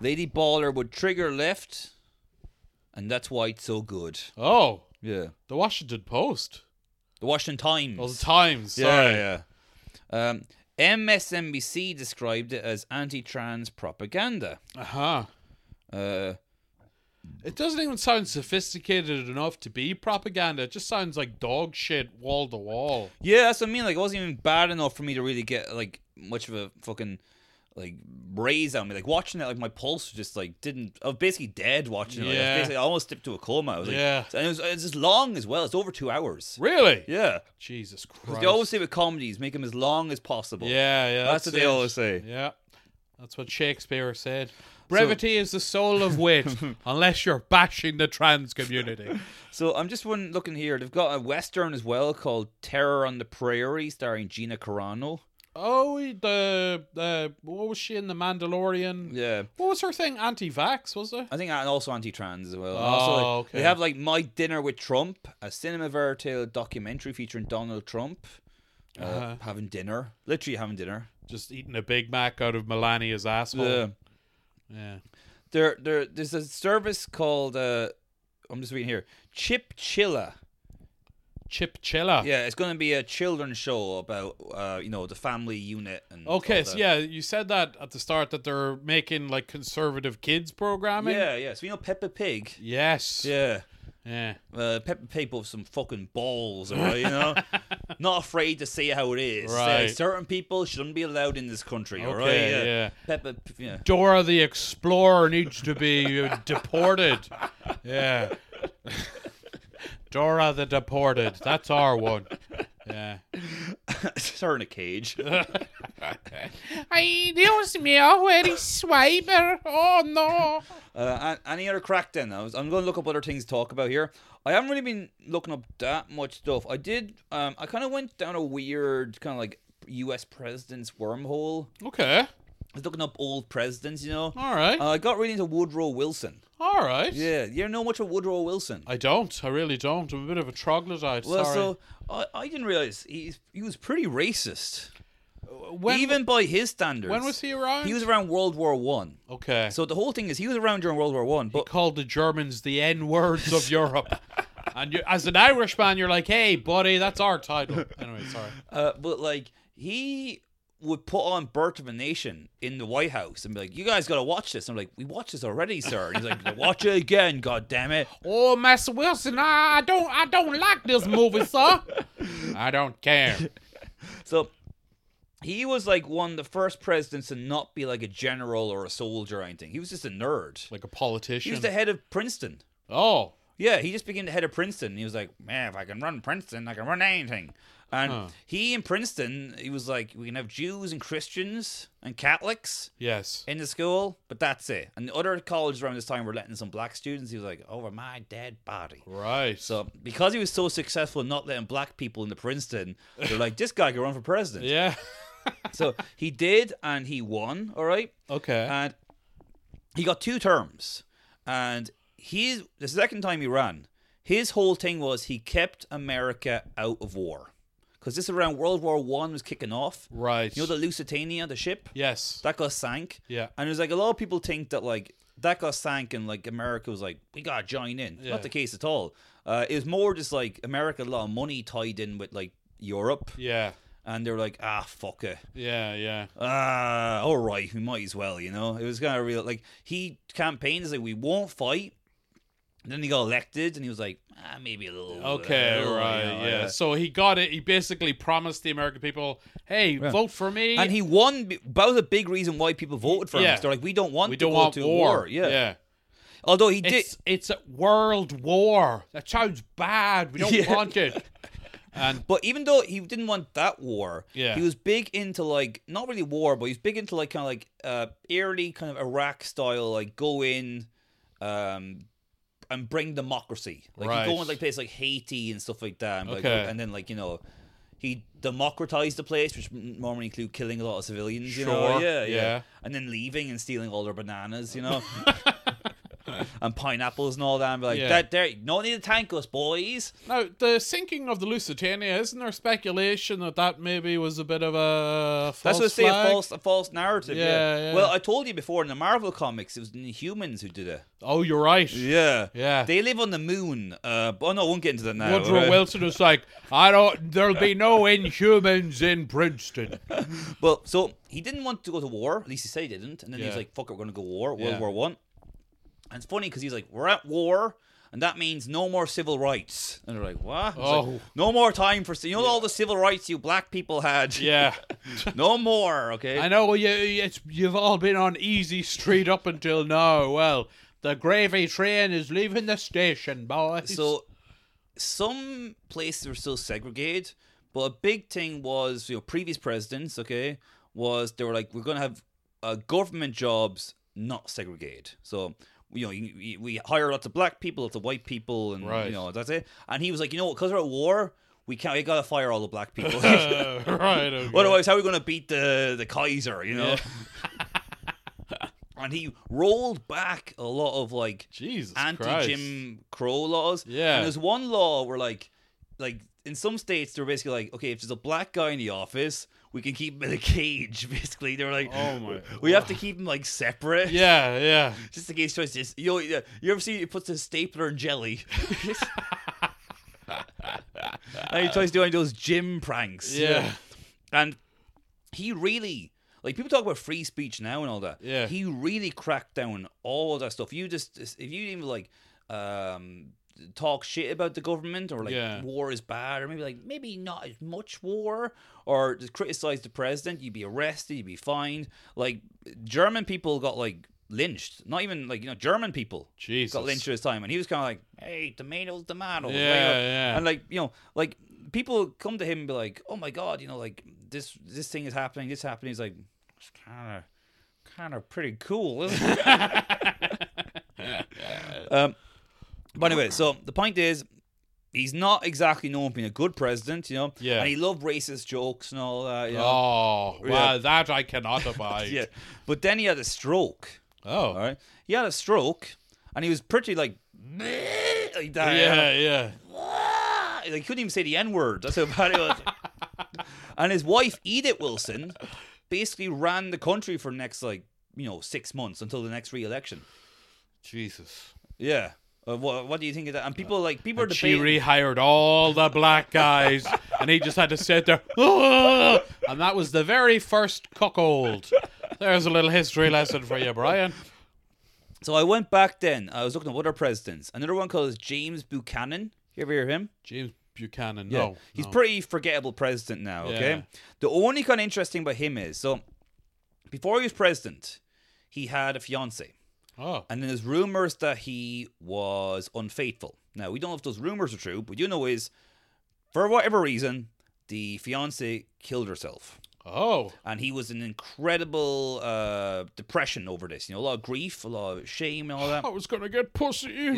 B: Lady Baller would trigger left, and that's why it's so good.
A: Oh,
B: Yeah.
A: the Washington Post.
B: The Washington Times.
A: Oh, the Times. Sorry.
B: Yeah, yeah. Um, MSNBC described it as anti-trans propaganda.
A: Uh huh.
B: Uh,
A: It doesn't even sound sophisticated enough to be propaganda. It just sounds like dog shit wall to wall.
B: yeah, that's what I mean. Like, it wasn't even bad enough for me to really get like much of a fucking like raise on me. Like watching it, like my pulse was just like didn't. I was basically dead watching it. Like, I was
A: Yeah.
B: basically, I almost dipped to a coma. I was like,
A: Yeah.
B: and it was it's just long as well. It's over two hours.
A: Really?
B: Yeah.
A: Jesus Christ.
B: They always say with comedies, make them as long as possible.
A: yeah, yeah.
B: That's what they
A: it.
B: always say.
A: Yeah. That's what Shakespeare said. Brevity is the soul of wit, unless you're bashing the trans community.
B: So I'm just one looking here. They've got a western as well called Terror on the Prairie, starring Gina Carano.
A: Oh, the the what was she in the Mandalorian?
B: Yeah.
A: What was her thing? Anti-vax was it?
B: I think and also anti-trans as well. And
A: Oh,
B: also, like,
A: okay.
B: They have like My Dinner with Trump, a cinema verite documentary featuring Donald Trump uh,
A: Uh-huh.
B: having dinner, literally having dinner.
A: Just eating a Big Mac out of Melania's asshole.
B: Yeah.
A: yeah.
B: There, there, there's a service called uh, I'm just reading here, Chip Chilla.
A: Chip Chilla.
B: Yeah, it's going to be a children's show about uh, you know the family unit and
A: Okay,
B: all
A: so
B: that.
A: yeah, you said that at the start that they're making like conservative kids programming.
B: yeah, yeah. So you know Peppa Pig.
A: Yes.
B: Yeah.
A: Yeah.
B: Uh, Peppa Pig with some fucking balls, all right, you know? Not afraid to say how it is. Say,
A: Right.
B: certain people shouldn't be allowed in this country, all right?
A: Okay, yeah.
B: Peppa, P- yeah.
A: Dora the Explorer needs to be uh, deported. Yeah. Dora the Deported. That's our one. Yeah.
B: They're in a cage. Uh,
C: Ay, Dios mío, eres swiper. Oh no.
B: Uh, a- any other crack then? I was, I'm going to look up other things to talk about here. I haven't really been looking up that much stuff. I did, um, I kind of went down a weird kind of like US presidents wormhole.
A: Okay.
B: I was looking up old presidents, you know?
A: All right.
B: Uh, I got really into Woodrow Wilson.
A: All right.
B: Yeah, you know much of Woodrow Wilson.
A: I don't. I really don't. I'm a bit of a troglodyte.
B: Well,
A: Sorry.
B: so I, I didn't realize he's, he was pretty racist,
A: Uh, when,
B: even by his standards.
A: when was he around?
B: He was around World War One.
A: Okay.
B: So the whole thing is he was around during World War One, but
A: called the Germans the N words of Europe. And you, as an Irishman, you're like, hey, buddy, that's our title. Anyway, sorry.
B: uh, but like he would put on Birth of a Nation in the White House and be like, "You guys gotta watch this." I'm like, "We watched this already, sir." And he's like, "Watch it again, god damn it!"
C: Oh, Master Wilson, I, I don't, I don't like this movie, sir. I don't care.
B: So he was like one of the first presidents to not be like a general or a soldier or anything. He was just a nerd.
A: like a
B: He
A: politician.
B: was the head of Princeton.
A: oh,
B: Yeah, he just became the head of Princeton. He was like, man, if I can run Princeton, I can run anything. And he in Princeton, he was like, we can have Jews and Christians and Catholics
A: yes.
B: in the school, but that's it. And the other colleges around this time were letting some black students. He was like, over my dead body.
A: Right.
B: So because he was so successful in not letting black people into Princeton, they're like, this guy can run for president.
A: yeah.
B: So he did, and he won. All right,
A: Okay.
B: and he got two terms. And he, the second time he ran, his whole thing was he kept America out of war, because this is around World War One was kicking off.
A: right.
B: You know the Lusitania, the ship
A: yes.
B: that got sank.
A: Yeah.
B: and it was like a lot of people think that like that got sank, and like America was like, we gotta join in.
A: Yeah.
B: Not the case at all. Uh, it was more just like America had a lot of money tied in with like Europe,
A: yeah.
B: and they were like, ah, fuck it
A: Yeah. Yeah.
B: ah, all right, we might as well, you know. It was kind of real. Like he campaigns like we won't fight. And then he got elected, and he was like, ah, maybe a little. a
A: Okay.
B: little, you
A: right.
B: know,
A: yeah. So he got it. He basically promised the American people, "Hey, vote for me."
B: And he won. b- That was a big reason why people voted for him.
A: Yeah.
B: 'cause They're like, we don't want
A: we
B: to
A: don't
B: go
A: want
B: to
A: war.
B: war. Yeah.
A: Yeah.
B: Although he did.
A: It's it's a world war. That sounds bad. We don't
B: Yeah.
A: want it. And
B: But even though he didn't want that war,
A: Yeah.
B: he was big into like not really war, but he was big into like kind of like uh early kind of Iraq style, like go in, um, and bring democracy. Like he'd go
A: Right.
B: in like places like Haiti and stuff like that, and, be like,
A: Okay.
B: and then like you know, he democratized the place, which m- normally include killing a lot of civilians. You know,
A: Sure,
B: yeah, yeah,
A: yeah.
B: and then leaving and stealing all their bananas. You know. And pineapples and all that, and be like
A: Yeah.
B: that. There, no need to tank us, boys.
A: now the sinking of the Lusitania. Isn't there speculation that that maybe was a bit of a false
B: That's what I say,
A: flag?
B: a false, a false narrative. Yeah,
A: Yeah, yeah.
B: Well, I told you before in the Marvel comics, it was the humans who did it.
A: Oh, you're right.
B: Yeah,
A: Yeah.
B: They live on the moon. Uh, but oh no, I won't get into that now.
A: Woodrow
B: right?
A: Wilson is like, I don't. There'll be no Inhumans in Princeton.
B: But so he didn't want to go to war. At least he said he didn't. And then he was
A: Yeah.
B: like, "Fuck, it, we're gonna go war, World
A: Yeah.
B: War One." And it's funny because he's like, "We're at war." And that means no more civil rights. And they're like, what? It's like,
A: Oh.
B: no more time for. You know all the civil rights you black people had?
A: Yeah,
B: no more, okay?
A: I know you. It's you've all been on easy street up until now. Well, the gravy train is leaving the station, boys.
B: So some places were still segregated, but a big thing was you know previous presidents. Okay, was they were like we're gonna have uh, government jobs not segregated. So you know you- you- we hire lots of black people, lots of white people, and
A: Right.
B: you know that's it. And he was like, you know what, because we're at war, we can't. We gotta fire all the black people.
A: Uh, right. Okay.
B: Otherwise, how are we going to beat the the Kaiser? You know. and he rolled back a lot of like
A: Jesus
B: anti
A: Christ.
B: Jim Crow laws.
A: Yeah.
B: And there's one law where like like in some states they're basically like, okay, if there's a black guy in the office, we can keep him in a cage. Basically, they're like,
A: Oh my-
B: we have to keep him like separate.
A: Yeah, yeah.
B: Just in case he tries to- you know, yeah, you ever see he puts a stapler in jelly. and he tries doing those gym pranks. you know?
A: Yeah.
B: And he really like people talk about free speech now and all that.
A: Yeah.
B: He really cracked down all of that stuff. You just if you even like um talk shit about the government or like
A: Yeah.
B: war is bad or maybe like maybe not as much war or just criticize the president, you'd be arrested, you'd be fined. Like German people got like lynched. Not even like you know German people
A: Jesus.
B: got lynched at his time, and he was kind of like, "Hey, tomatoes, tomatoes."
A: Yeah,
B: you know?
A: yeah.
B: And like you know, like people come to him and be like, "Oh my god, you know, like this this thing is happening, this happening." He's like, "It's kind of kind of pretty cool, isn't it?" um, but anyway, so the point is. He's not exactly known for being a good president, you know.
A: Yeah.
B: And he loved racist jokes and all that. You know?
A: Oh, well,
B: Yeah.
A: that I cannot abide.
B: yeah. But then he had a stroke.
A: Oh.
B: All right. He had a stroke, and he was pretty like, like that.
A: Yeah, yeah.
B: Like, he couldn't even say the N word. That's how bad it was. and his wife, Edith Wilson, basically ran the country for the next like you know six months until the next re-election.
A: Jesus.
B: Yeah. Uh, what, what do you think of that? And people like people are
A: Uh, She
B: debating.
A: rehired all the black guys, and he just had to sit there. "Ugh," And that was the very first cuckold. There's a little history lesson for you, Brian.
B: so I went back then. I was looking at other presidents. Another one called James Buchanan. You ever hear of him?
A: James Buchanan.
B: Yeah.
A: No,
B: He's
A: no.
B: pretty forgettable president now, okay?
A: Yeah.
B: The only kind of interesting about him is so before he was president, he had a fiance.
A: Oh,
B: And then there's rumors that he was unfaithful. Now, we don't know if those rumors are true, but you know is for whatever reason, the fiance killed herself.
A: oh,
B: And he was in incredible uh, depression over this. You know, a lot of grief, a lot of shame, and all that.
A: I was gonna get pussy.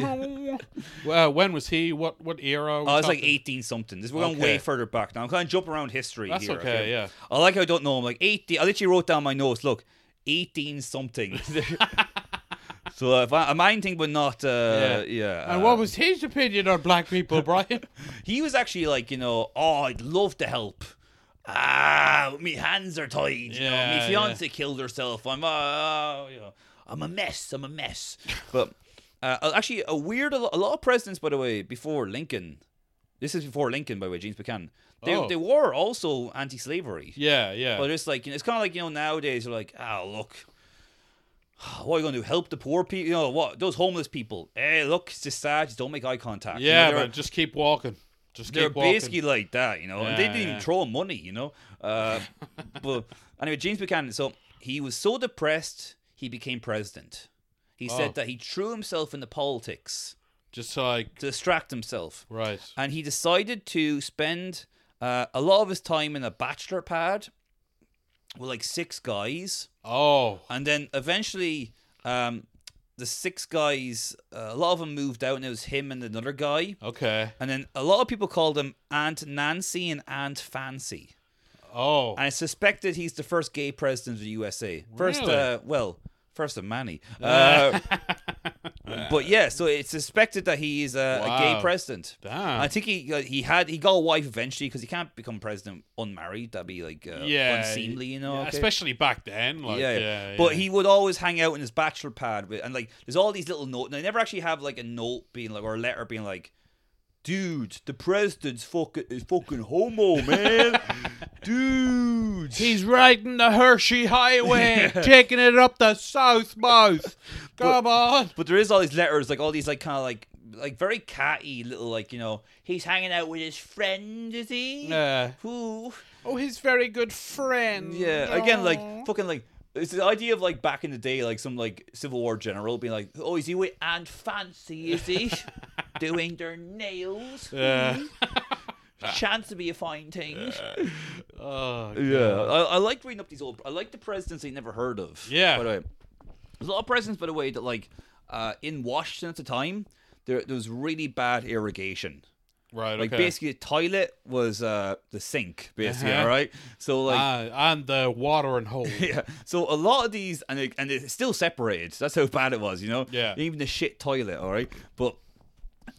A: well, when was he? What what era?
B: Oh, it's like 18 something. This we're going
A: Okay.
B: way furtther back now. I'm kind of jumping around history
A: That's
B: here.
A: okay, yeah.
B: I like how I don't know. I'm like 18. I literally wrote down my notes. Look, 18 something. so uh, if I, I'm anything but not. Uh, yeah.
A: Yeah.
C: And
B: uh,
C: what was his opinion on black people, Brian?
B: He was actually like, you know, oh, I'd love to help. Ah, my hands are tied. You know, my
A: Yeah,
B: fiance killed herself. I'm, uh, uh, you know, I'm a mess. I'm a mess. but uh, actually, a weird, a lo- a lot of presidents, by the way, before Lincoln. This is before Lincoln, by the way, James Buchanan. They,
A: Oh.
B: they were also anti-slavery.
A: yeah, yeah.
B: But it's like you know, it's kind of like you know nowadays you're like, oh look, what are you going to do? Help the poor people? You know what? Those homeless people. Hey, look, it's just sad. Just don't make eye contact. You know,
A: yeah,
B: they're-
A: but just keep walking. Just
B: they're
A: keep walking.
B: basically like that, you know. and they
A: Yeah,
B: didn't even
A: yeah.
B: throw him money, you know. Uh, but anyway, James Buchanan. So he was so depressed, he became president. He
A: Oh.
B: said that he threw himself into politics
A: just like
B: to distract himself,
A: right.
B: and he decided to spend uh, a lot of his time in a bachelor pad with like six guys,
A: Oh,
B: and then eventually. Um, the six guys, uh, a lot of them moved out, and it was him and another guy.
A: okay.
B: And then a lot of people called him Aunt Nancy and Aunt Fancy.
A: Oh,
B: And I suspect that he's the first gay president of the USA. First,
A: Really?
B: uh, well, first of many. Uh, but yeah, so it's suspected that he is a, a gay
A: Wow.
B: president.
A: damn.
B: I think he uh, he had he got a wife eventually because he can't become president unmarried. That'd be like uh,
A: yeah,
B: unseemly, you know.
A: yeah,
B: okay?
A: especially back then. Like,
B: yeah,
A: yeah,
B: But
A: yeah.
B: he would always hang out in his bachelor pad with, and like there's all these little notes. And I never actually have like a note being like or a letter being like, dude, the president's fucking is fucking homo, man. dude,
A: He's riding the Hershey Highway, taking it up the south mouth. Come on.
B: But there is all these letters, like all these like kind of like like very catty little like you know he's hanging out with his friend, is he?
A: Yeah.
B: Who?
C: Oh, his very good friend.
B: Yeah. Again,
C: Aw.
B: like fucking like. It's the idea of like back in the day, like some like Civil War general being like, "Oh, is he with Aunt Fancy? Is he doing their nails?
A: Yeah.
B: Chance to be a fine thing."
A: Oh,
B: Mm-hmm. Yeah, I, I like reading up these old. I like the presidents I never heard of.
A: Yeah.
B: by the way, there's a lot of presidents, by the way, that like uh, in Washington at the time, there there was really bad irrigation.
A: Right.
B: Like
A: okay.
B: basically, the toilet was uh, the sink, basically.
A: Uh-huh.
B: all right, so like.
A: Ah, and the watering hole.
B: yeah, so a lot of these, and it, and it's still separated. That's how bad it was, you know.
A: Yeah.
B: Even the shit toilet, all right. But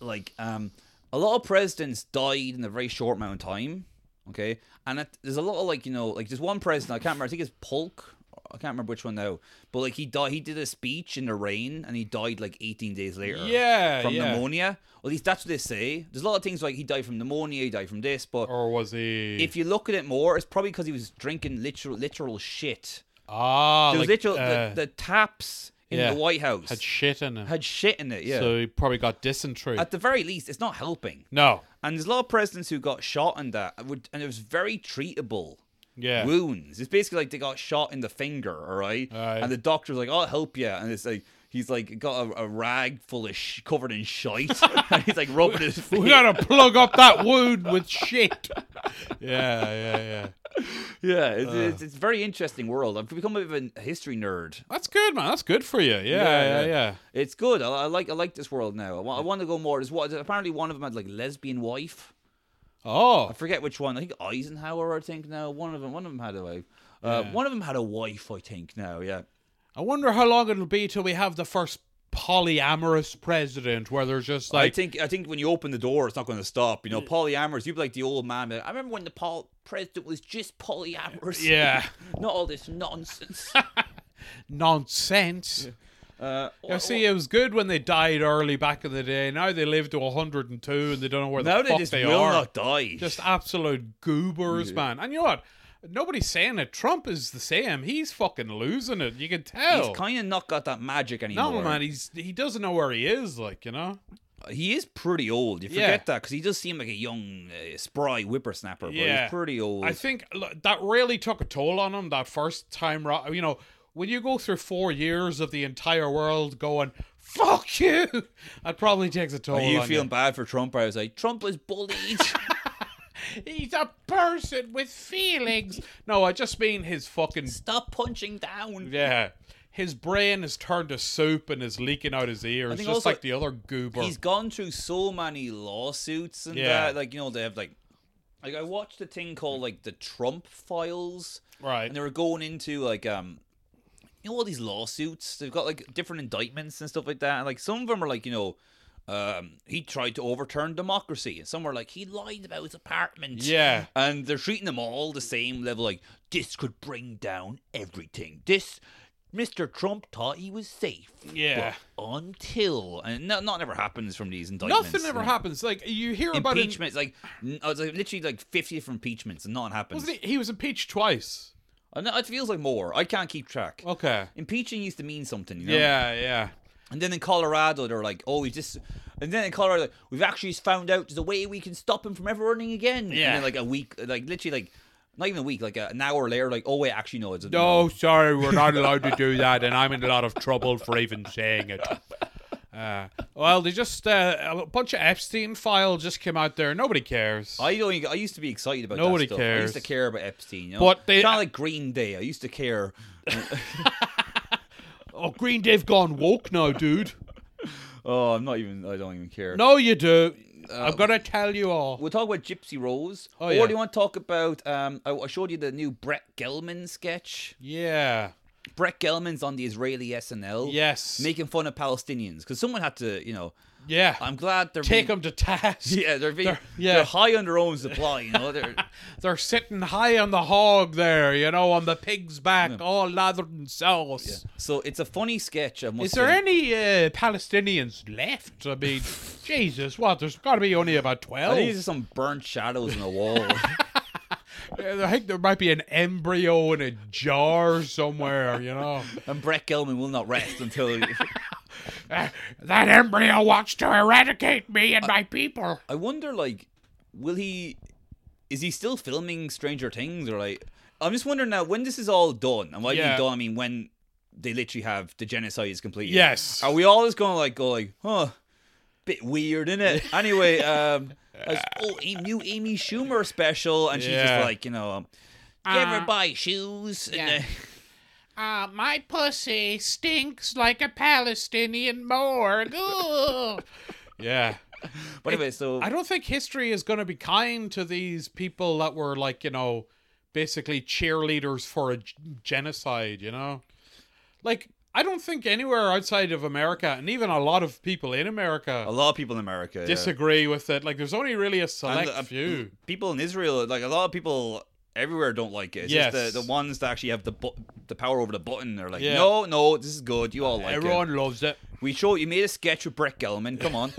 B: like, um, a lot of presidents died in a very short amount of time. Okay, and it, there's a lot of like, you know, like there's one president I can't remember. I think it's Polk. I can't remember which one now. But like he died. He did a speech in the rain, and he died like 18 days later.
A: Yeah,
B: From
A: yeah.
B: pneumonia. At least that's what they say. There's a lot of things like he died from pneumonia. He died from this, but
A: Or was he?
B: if you look at it more, it's probably because he was drinking literal literal shit.
A: ah,
B: There was
A: like,
B: literal
A: uh,
B: the, the taps in
A: yeah,
B: the White House had,
A: had shit in him,
B: shit in it. Yeah.
A: so he probably got dysentery.
B: at the very least, it's not helping.
A: no.
B: And there's a lot of presidents who got shot in that, and would- and it was very treatable
A: Yeah.
B: wounds. It's basically like they got shot in the finger, all right?
A: Aye.
B: And the doctor's like, "I'll help you," and it's like he's like got a, a rag full of sh- covered in shite, and he's like rubbing his.
A: we
B: Face.
A: gotta plug up that wound with shit. Yeah, yeah, yeah.
B: Yeah, it's,
A: Uh.
B: it's, it's a very interesting world. I've become a bit of a history nerd.
A: That's good, man. That's good for you. Yeah, yeah, yeah.
B: It's good. I, I like I like this world now. I want, I want to go more. There's what apparently one of them had like lesbian wife.
A: Oh,
B: I forget which one. I think Eisenhower. I think now one of them. One of them had a wife. Uh, One of them had a wife. I think now. Yeah.
A: I wonder how long it'll be till we have the first polyamorous president, where there's just
B: I
A: like
B: think I think when you open the door, it's not going to stop. You know, polyamorous. You'd be like the old man. like, I remember when the Paul president was just polyamorous.
A: yeah,
B: not all this nonsense.
A: nonsense.
B: Uh,
A: I see it was good when they died early back in the day. Now they live to 102 and they don't know where
B: now
A: the
B: they
A: fuck
B: just
A: they
B: will
A: are.
B: not die.
A: Just absolute goobers, man. And you know what? Nobody's saying it. Trump is the same. He's fucking losing it. You can tell.
B: he's kind of not got that magic anymore.
A: no, man. He's he doesn't know where he is. Like you know.
B: He is pretty old. You
A: Yeah.
B: forget that because he does seem like a young, uh, spry whippersnapper, but
A: Yeah.
B: he's pretty old.
A: I think look, that really took a toll on him that first time. ro- You know, when you go through four years of the entire world going "fuck you," that probably takes a toll.
B: Are you
A: on
B: feeling bad for Trump? I was like, Trump was bullied.
A: He's a person with feelings. No, I just mean his fucking
B: Stop punching down.
A: yeah. His brain is turned to soup and is leaking out his ears,
B: think
A: just
B: also
A: like the other goober.
B: He's gone through so many lawsuits and
A: Yeah.
B: that. Like, you know, they have like, like I watched a thing called like the Trump files.
A: Right.
B: And they were going into like um you know all these lawsuits. They've got like different indictments and stuff like that. And like some of them are like, you know, um he tried to overturn democracy and some were like he lied about his apartment.
A: Yeah.
B: And they're treating them all the same level like this could bring down everything. This Mr. Trump thought he was safe.
A: Yeah.
B: But until and no, not never happens from these indictments.
A: Nothing ever
B: And
A: happens. Like you hear about it.
B: Impeachments, like, n- I was like literally like fifty different impeachments, and not happens.
A: Wasn't he? He was impeached twice.
B: I know, it feels like more. I can't keep track.
A: Okay.
B: Impeaching used to mean something, you know?
A: Yeah, yeah.
B: And then in Colorado, they're like, oh, we just. And then in Colorado, like, we've actually found out there's a way we can stop him from ever running again.
A: Yeah.
B: And then, like, a week, like, literally, like, not even a week, like, uh, an hour later, like, oh, wait, actually, no, it's.
A: No, sorry, we're not allowed to do that, and I'm in a lot of trouble for even saying it. Uh, well, they just uh, a bunch of Epstein file just came out there. Nobody cares.
B: I don't. even- I used to be excited about
A: Nobody
B: that stuff. I
A: cares.
B: used to care about Epstein. You know?
A: But they-
B: kind of like Green Day. I used to care.
A: oh, Green Day've gone woke now, dude.
B: Oh, I'm not even. I don't even care.
A: No, you do.
B: Um,
A: I'm gonna tell you all.
B: We'll talk about Gypsy Rose.
A: Oh,
B: or
A: yeah.
B: do you want to talk about? Um, I, I showed you the new Brett Gelman sketch.
A: Yeah.
B: Brett Gelman's on the Israeli SNL.
A: Yes.
B: making fun of Palestinians because someone had to, you know.
A: yeah.
B: I'm glad they're
A: Take
B: being,
A: them to task.
B: Yeah, they're being,
A: They're-
B: they're,
A: yeah.
B: high on their own supply. You know, they're
A: They're sitting high on the hog there, you know, on the pig's back, all lathered in sauce.
B: so it's a funny sketch. I must
A: Is there
B: say.
A: any uh, Palestinians left? I mean, Jesus, what? There's got to be only about
B: I
A: twelve.
B: think these are some burnt shadows on the wall.
A: I think there might be an embryo in a jar somewhere. You know,
B: and Brett Gelman will not rest until.
A: Uh, that embryo wants to eradicate me and my people.
B: I wonder, like, will he? Is he still filming Stranger Things or like? I'm just wondering now when this is all done, and why
A: Yeah.
B: yeah. done? I mean, when they literally have the genocide is completed.
A: Yes.
B: Are we all just gonna like go like, huh? Bit weird, isn't it? anyway, um, as, oh, a new Amy Schumer special, and she's
A: Yeah.
B: just like, you know, um, you ever
C: Uh,
B: buy shoes?
C: yeah. Uh, my pussy stinks like a Palestinian morgue. Ugh.
A: Yeah.
B: but anyway, so
A: I don't think history is going to be kind to these people that were like, you know, basically cheerleaders for a g- genocide, you know? Like, I don't think anywhere outside of America, and even a lot of people in America,
B: a lot of people in America yeah.
A: disagree with it. Like, there's only really a
B: And
A: select
B: the- uh,
A: few.
B: People in Israel, like a lot of people everywhere, don't like it. It's
A: Yes.
B: just the, the ones that actually have the bu- the power over the button. They're like,
A: Yeah.
B: no, no, this is good. You all like it.
A: Everyone loves it.
B: We show you made a sketch with Brett Gelman. Come on.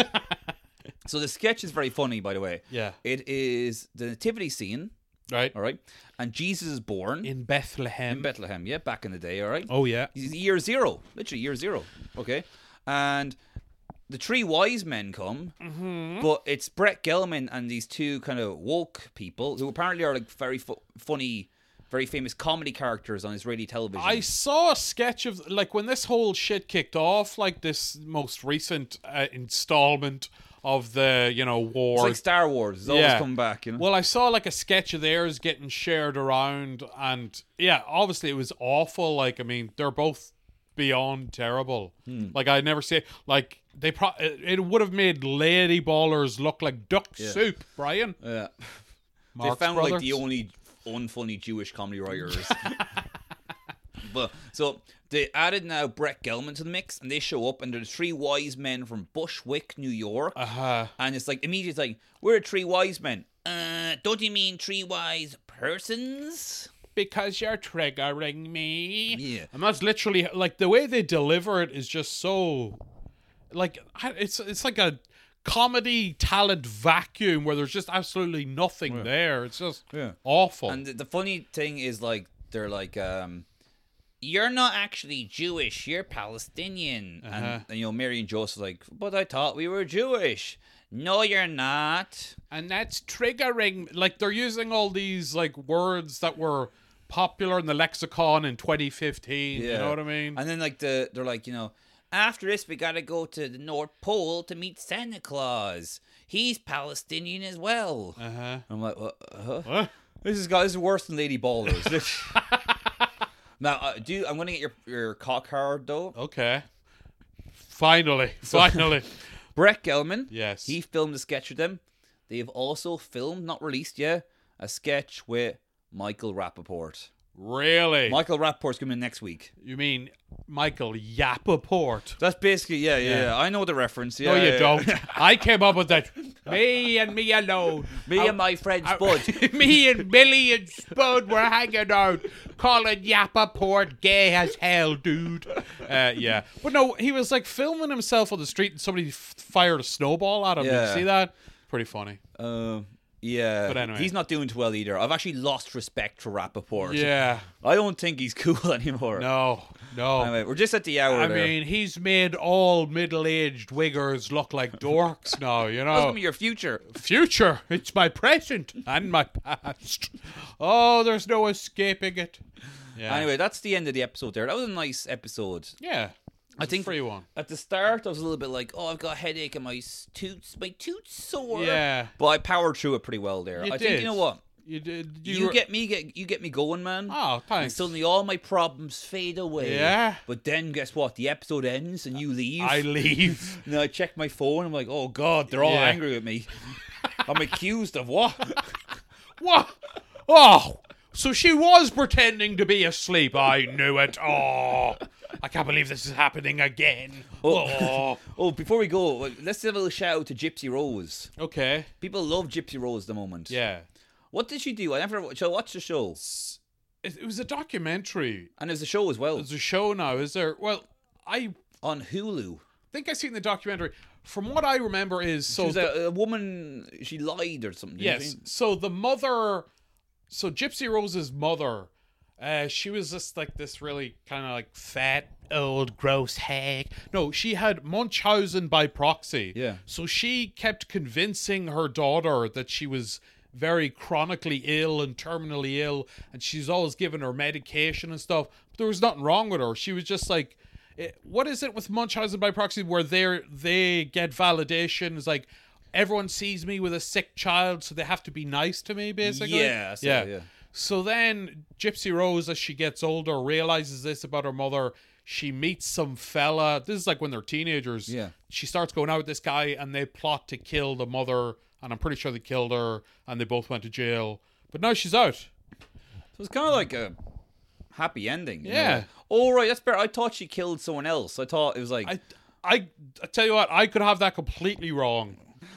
B: so the sketch is very funny, by the way.
A: Yeah.
B: It is the nativity scene,
A: Right?
B: all right, and Jesus is born
A: In Bethlehem.
B: in Bethlehem. Yeah, back in the day, all right.
A: oh, yeah.
B: He's year zero, literally year zero. Okay, and the three wise men come,
A: Mm-hmm.
B: but it's Brett Gelman and these two kind of woke people who apparently are like very fu- funny, very famous comedy characters on Israeli television.
A: I saw a sketch of like when this whole shit kicked off, like this most recent uh, installment of the you know war.
B: it's like Star Wars. It's always
A: Yeah.
B: come back, you know.
A: Well, I saw like a sketch of theirs getting shared around, and yeah, obviously it was awful. Like, I mean, they're both beyond terrible. Like, I never see like they pro. It it would have made lady ballers look like duck soup, Brian.
B: yeah. they
A: Marx
B: found like
A: Brothers.
B: the only unfunny Jewish comedy writers. but so they added now Brett Gelman to the mix, and they show up, and they're the three wise men from Bushwick, New York.
A: Uh,
B: And it's like immediately it's like, we're three wise men. Uh, don't you mean three wise persons?
A: because you're triggering me.
B: Yeah.
A: And that's literally like the way they deliver it is just so like I- it's it's like a comedy talent vacuum where there's just absolutely nothing there. It's just
B: Yeah.
A: awful.
B: And the, the funny thing is, like, they're like, um, you're not actually Jewish, you're Palestinian.
A: Uh-huh.
B: And, and, you know, Mary and Joseph's like, but I thought we were Jewish. No, you're not.
A: and that's triggering like they're using all these like words that were popular in the lexicon in 2015 you know what i mean
B: And then, like, the they're like, you know, after this, we gotta go to the North Pole to meet Santa Claus. He's Palestinian as well.
A: uh-huh.
B: I'm like, "Wha- huh?
A: Huh?
B: This is guys worse than Lady Ballers. now, uh, do you, I'm gonna get your your cock hard though.
A: okay finally finally
B: Brett Gelman.
A: Yes.
B: He filmed a sketch with them. They have also filmed, not released yet, a sketch with Michael Rappaport.
A: really
B: Michael Rappaport's coming in next week.
A: you mean michael yapaport
B: That's basically, yeah, yeah, yeah. I know the reference. Yeah,
A: no
B: yeah,
A: you
B: yeah.
A: don't i came up with that me and me alone
B: Me and my friend Spud.
A: me and Billy and Spud were hanging out, calling Yapaport gay as hell, dude. Uh, yeah, but no, he was like filming himself on the street, and somebody f- fired a snowball at him.
B: Yeah.
A: Did you see that? Pretty funny.
B: Um, yeah.
A: But anyway.
B: He's not doing too well either. I've actually lost respect for Rappaport.
A: Yeah.
B: I don't think he's cool anymore.
A: No. No.
B: Anyway, we're just at the hour
A: I
B: there.
A: mean, he's made all middle-aged wiggers look like dorks now. You
B: That's
A: know,
B: gonna be your future.
A: future. It's my present and my past. Oh, there's no escaping it. Yeah.
B: Anyway, that's the end of the episode there. That was a nice episode.
A: Yeah.
B: I think-
A: free one.
B: At the start, I was a little bit like, "Oh, I've got a headache and my s- toots, my toots sore."
A: Yeah.
B: but I powered through it pretty well there.
A: You
B: I think
A: did.
B: you know what
A: You did.
B: you,
A: were-
B: get me, get you get me going, man.
A: Oh,
B: and
A: thanks.
B: suddenly all my problems fade away.
A: Yeah.
B: But then guess what? The episode ends and you leave.
A: I leave.
B: and I check my phone. I'm like, "Oh God, they're all
A: Yeah.
B: angry with me. I'm accused of what?"
A: what? Oh, so she was pretending to be asleep. I knew it. Oh, I can't believe this is happening again. Oh,
B: Oh, before we go, like, let's have a little shout out to Gypsy Rose.
A: okay.
B: People love Gypsy Rose at the moment.
A: Yeah.
B: What did she do? I never. So I watched the show,
A: It, it was a documentary.
B: and there's a show as well
A: There's a show now, is there? Well, I
B: on Hulu.
A: think I seen the documentary. From what I remember, is so
B: She was a, a woman. She lied or something. didn't
A: Yes.
B: she?
A: So the mother, so Gypsy Rose's mother, uh, she was just like this really kind of like fat, old, gross hag. No, she had Munchausen by proxy.
B: Yeah.
A: So she kept convincing her daughter that she was very chronically ill and terminally ill, and she's always giving her medication and stuff. But there was nothing wrong with her. She was just like, eh, what is it with Munchausen by proxy where they are they get validation? It's like everyone sees me with a sick child, so they have to be nice to me, basically.
B: Yeah, I saw that, yeah.
A: So then Gypsy Rose, as she gets older, realizes this about her mother. She meets some fella. This is like when they're teenagers.
B: Yeah.
A: She starts going out with this guy, and they plot to kill the mother. And I'm pretty sure they killed her, and they both went to jail. But now she's out.
B: So it's kind of like a happy ending. you know,
A: Yeah.
B: like, oh right, that's better. I thought she killed someone else. I thought it was like.
A: I, I, I tell you what, I could have that completely wrong.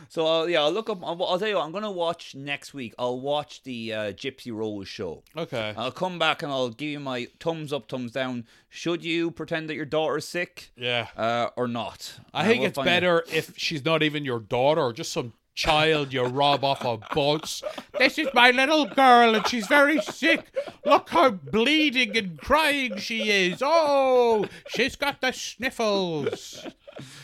B: so uh, yeah, I'll look up. I'll, I'll tell you. What, I'm gonna watch next week. I'll watch the uh, Gypsy Rose show.
A: Okay.
B: I'll come back and I'll give you my thumbs up, thumbs down. Should you pretend that your daughter's sick
A: yeah.
B: uh, or not?
A: I
B: Uh,
A: think
B: we'll
A: it's
B: find out.
A: better if she's not even your daughter, just some child you rob off a bus. This is my little girl, and she's very sick. Look how bleeding and crying she is. Oh, she's got the sniffles.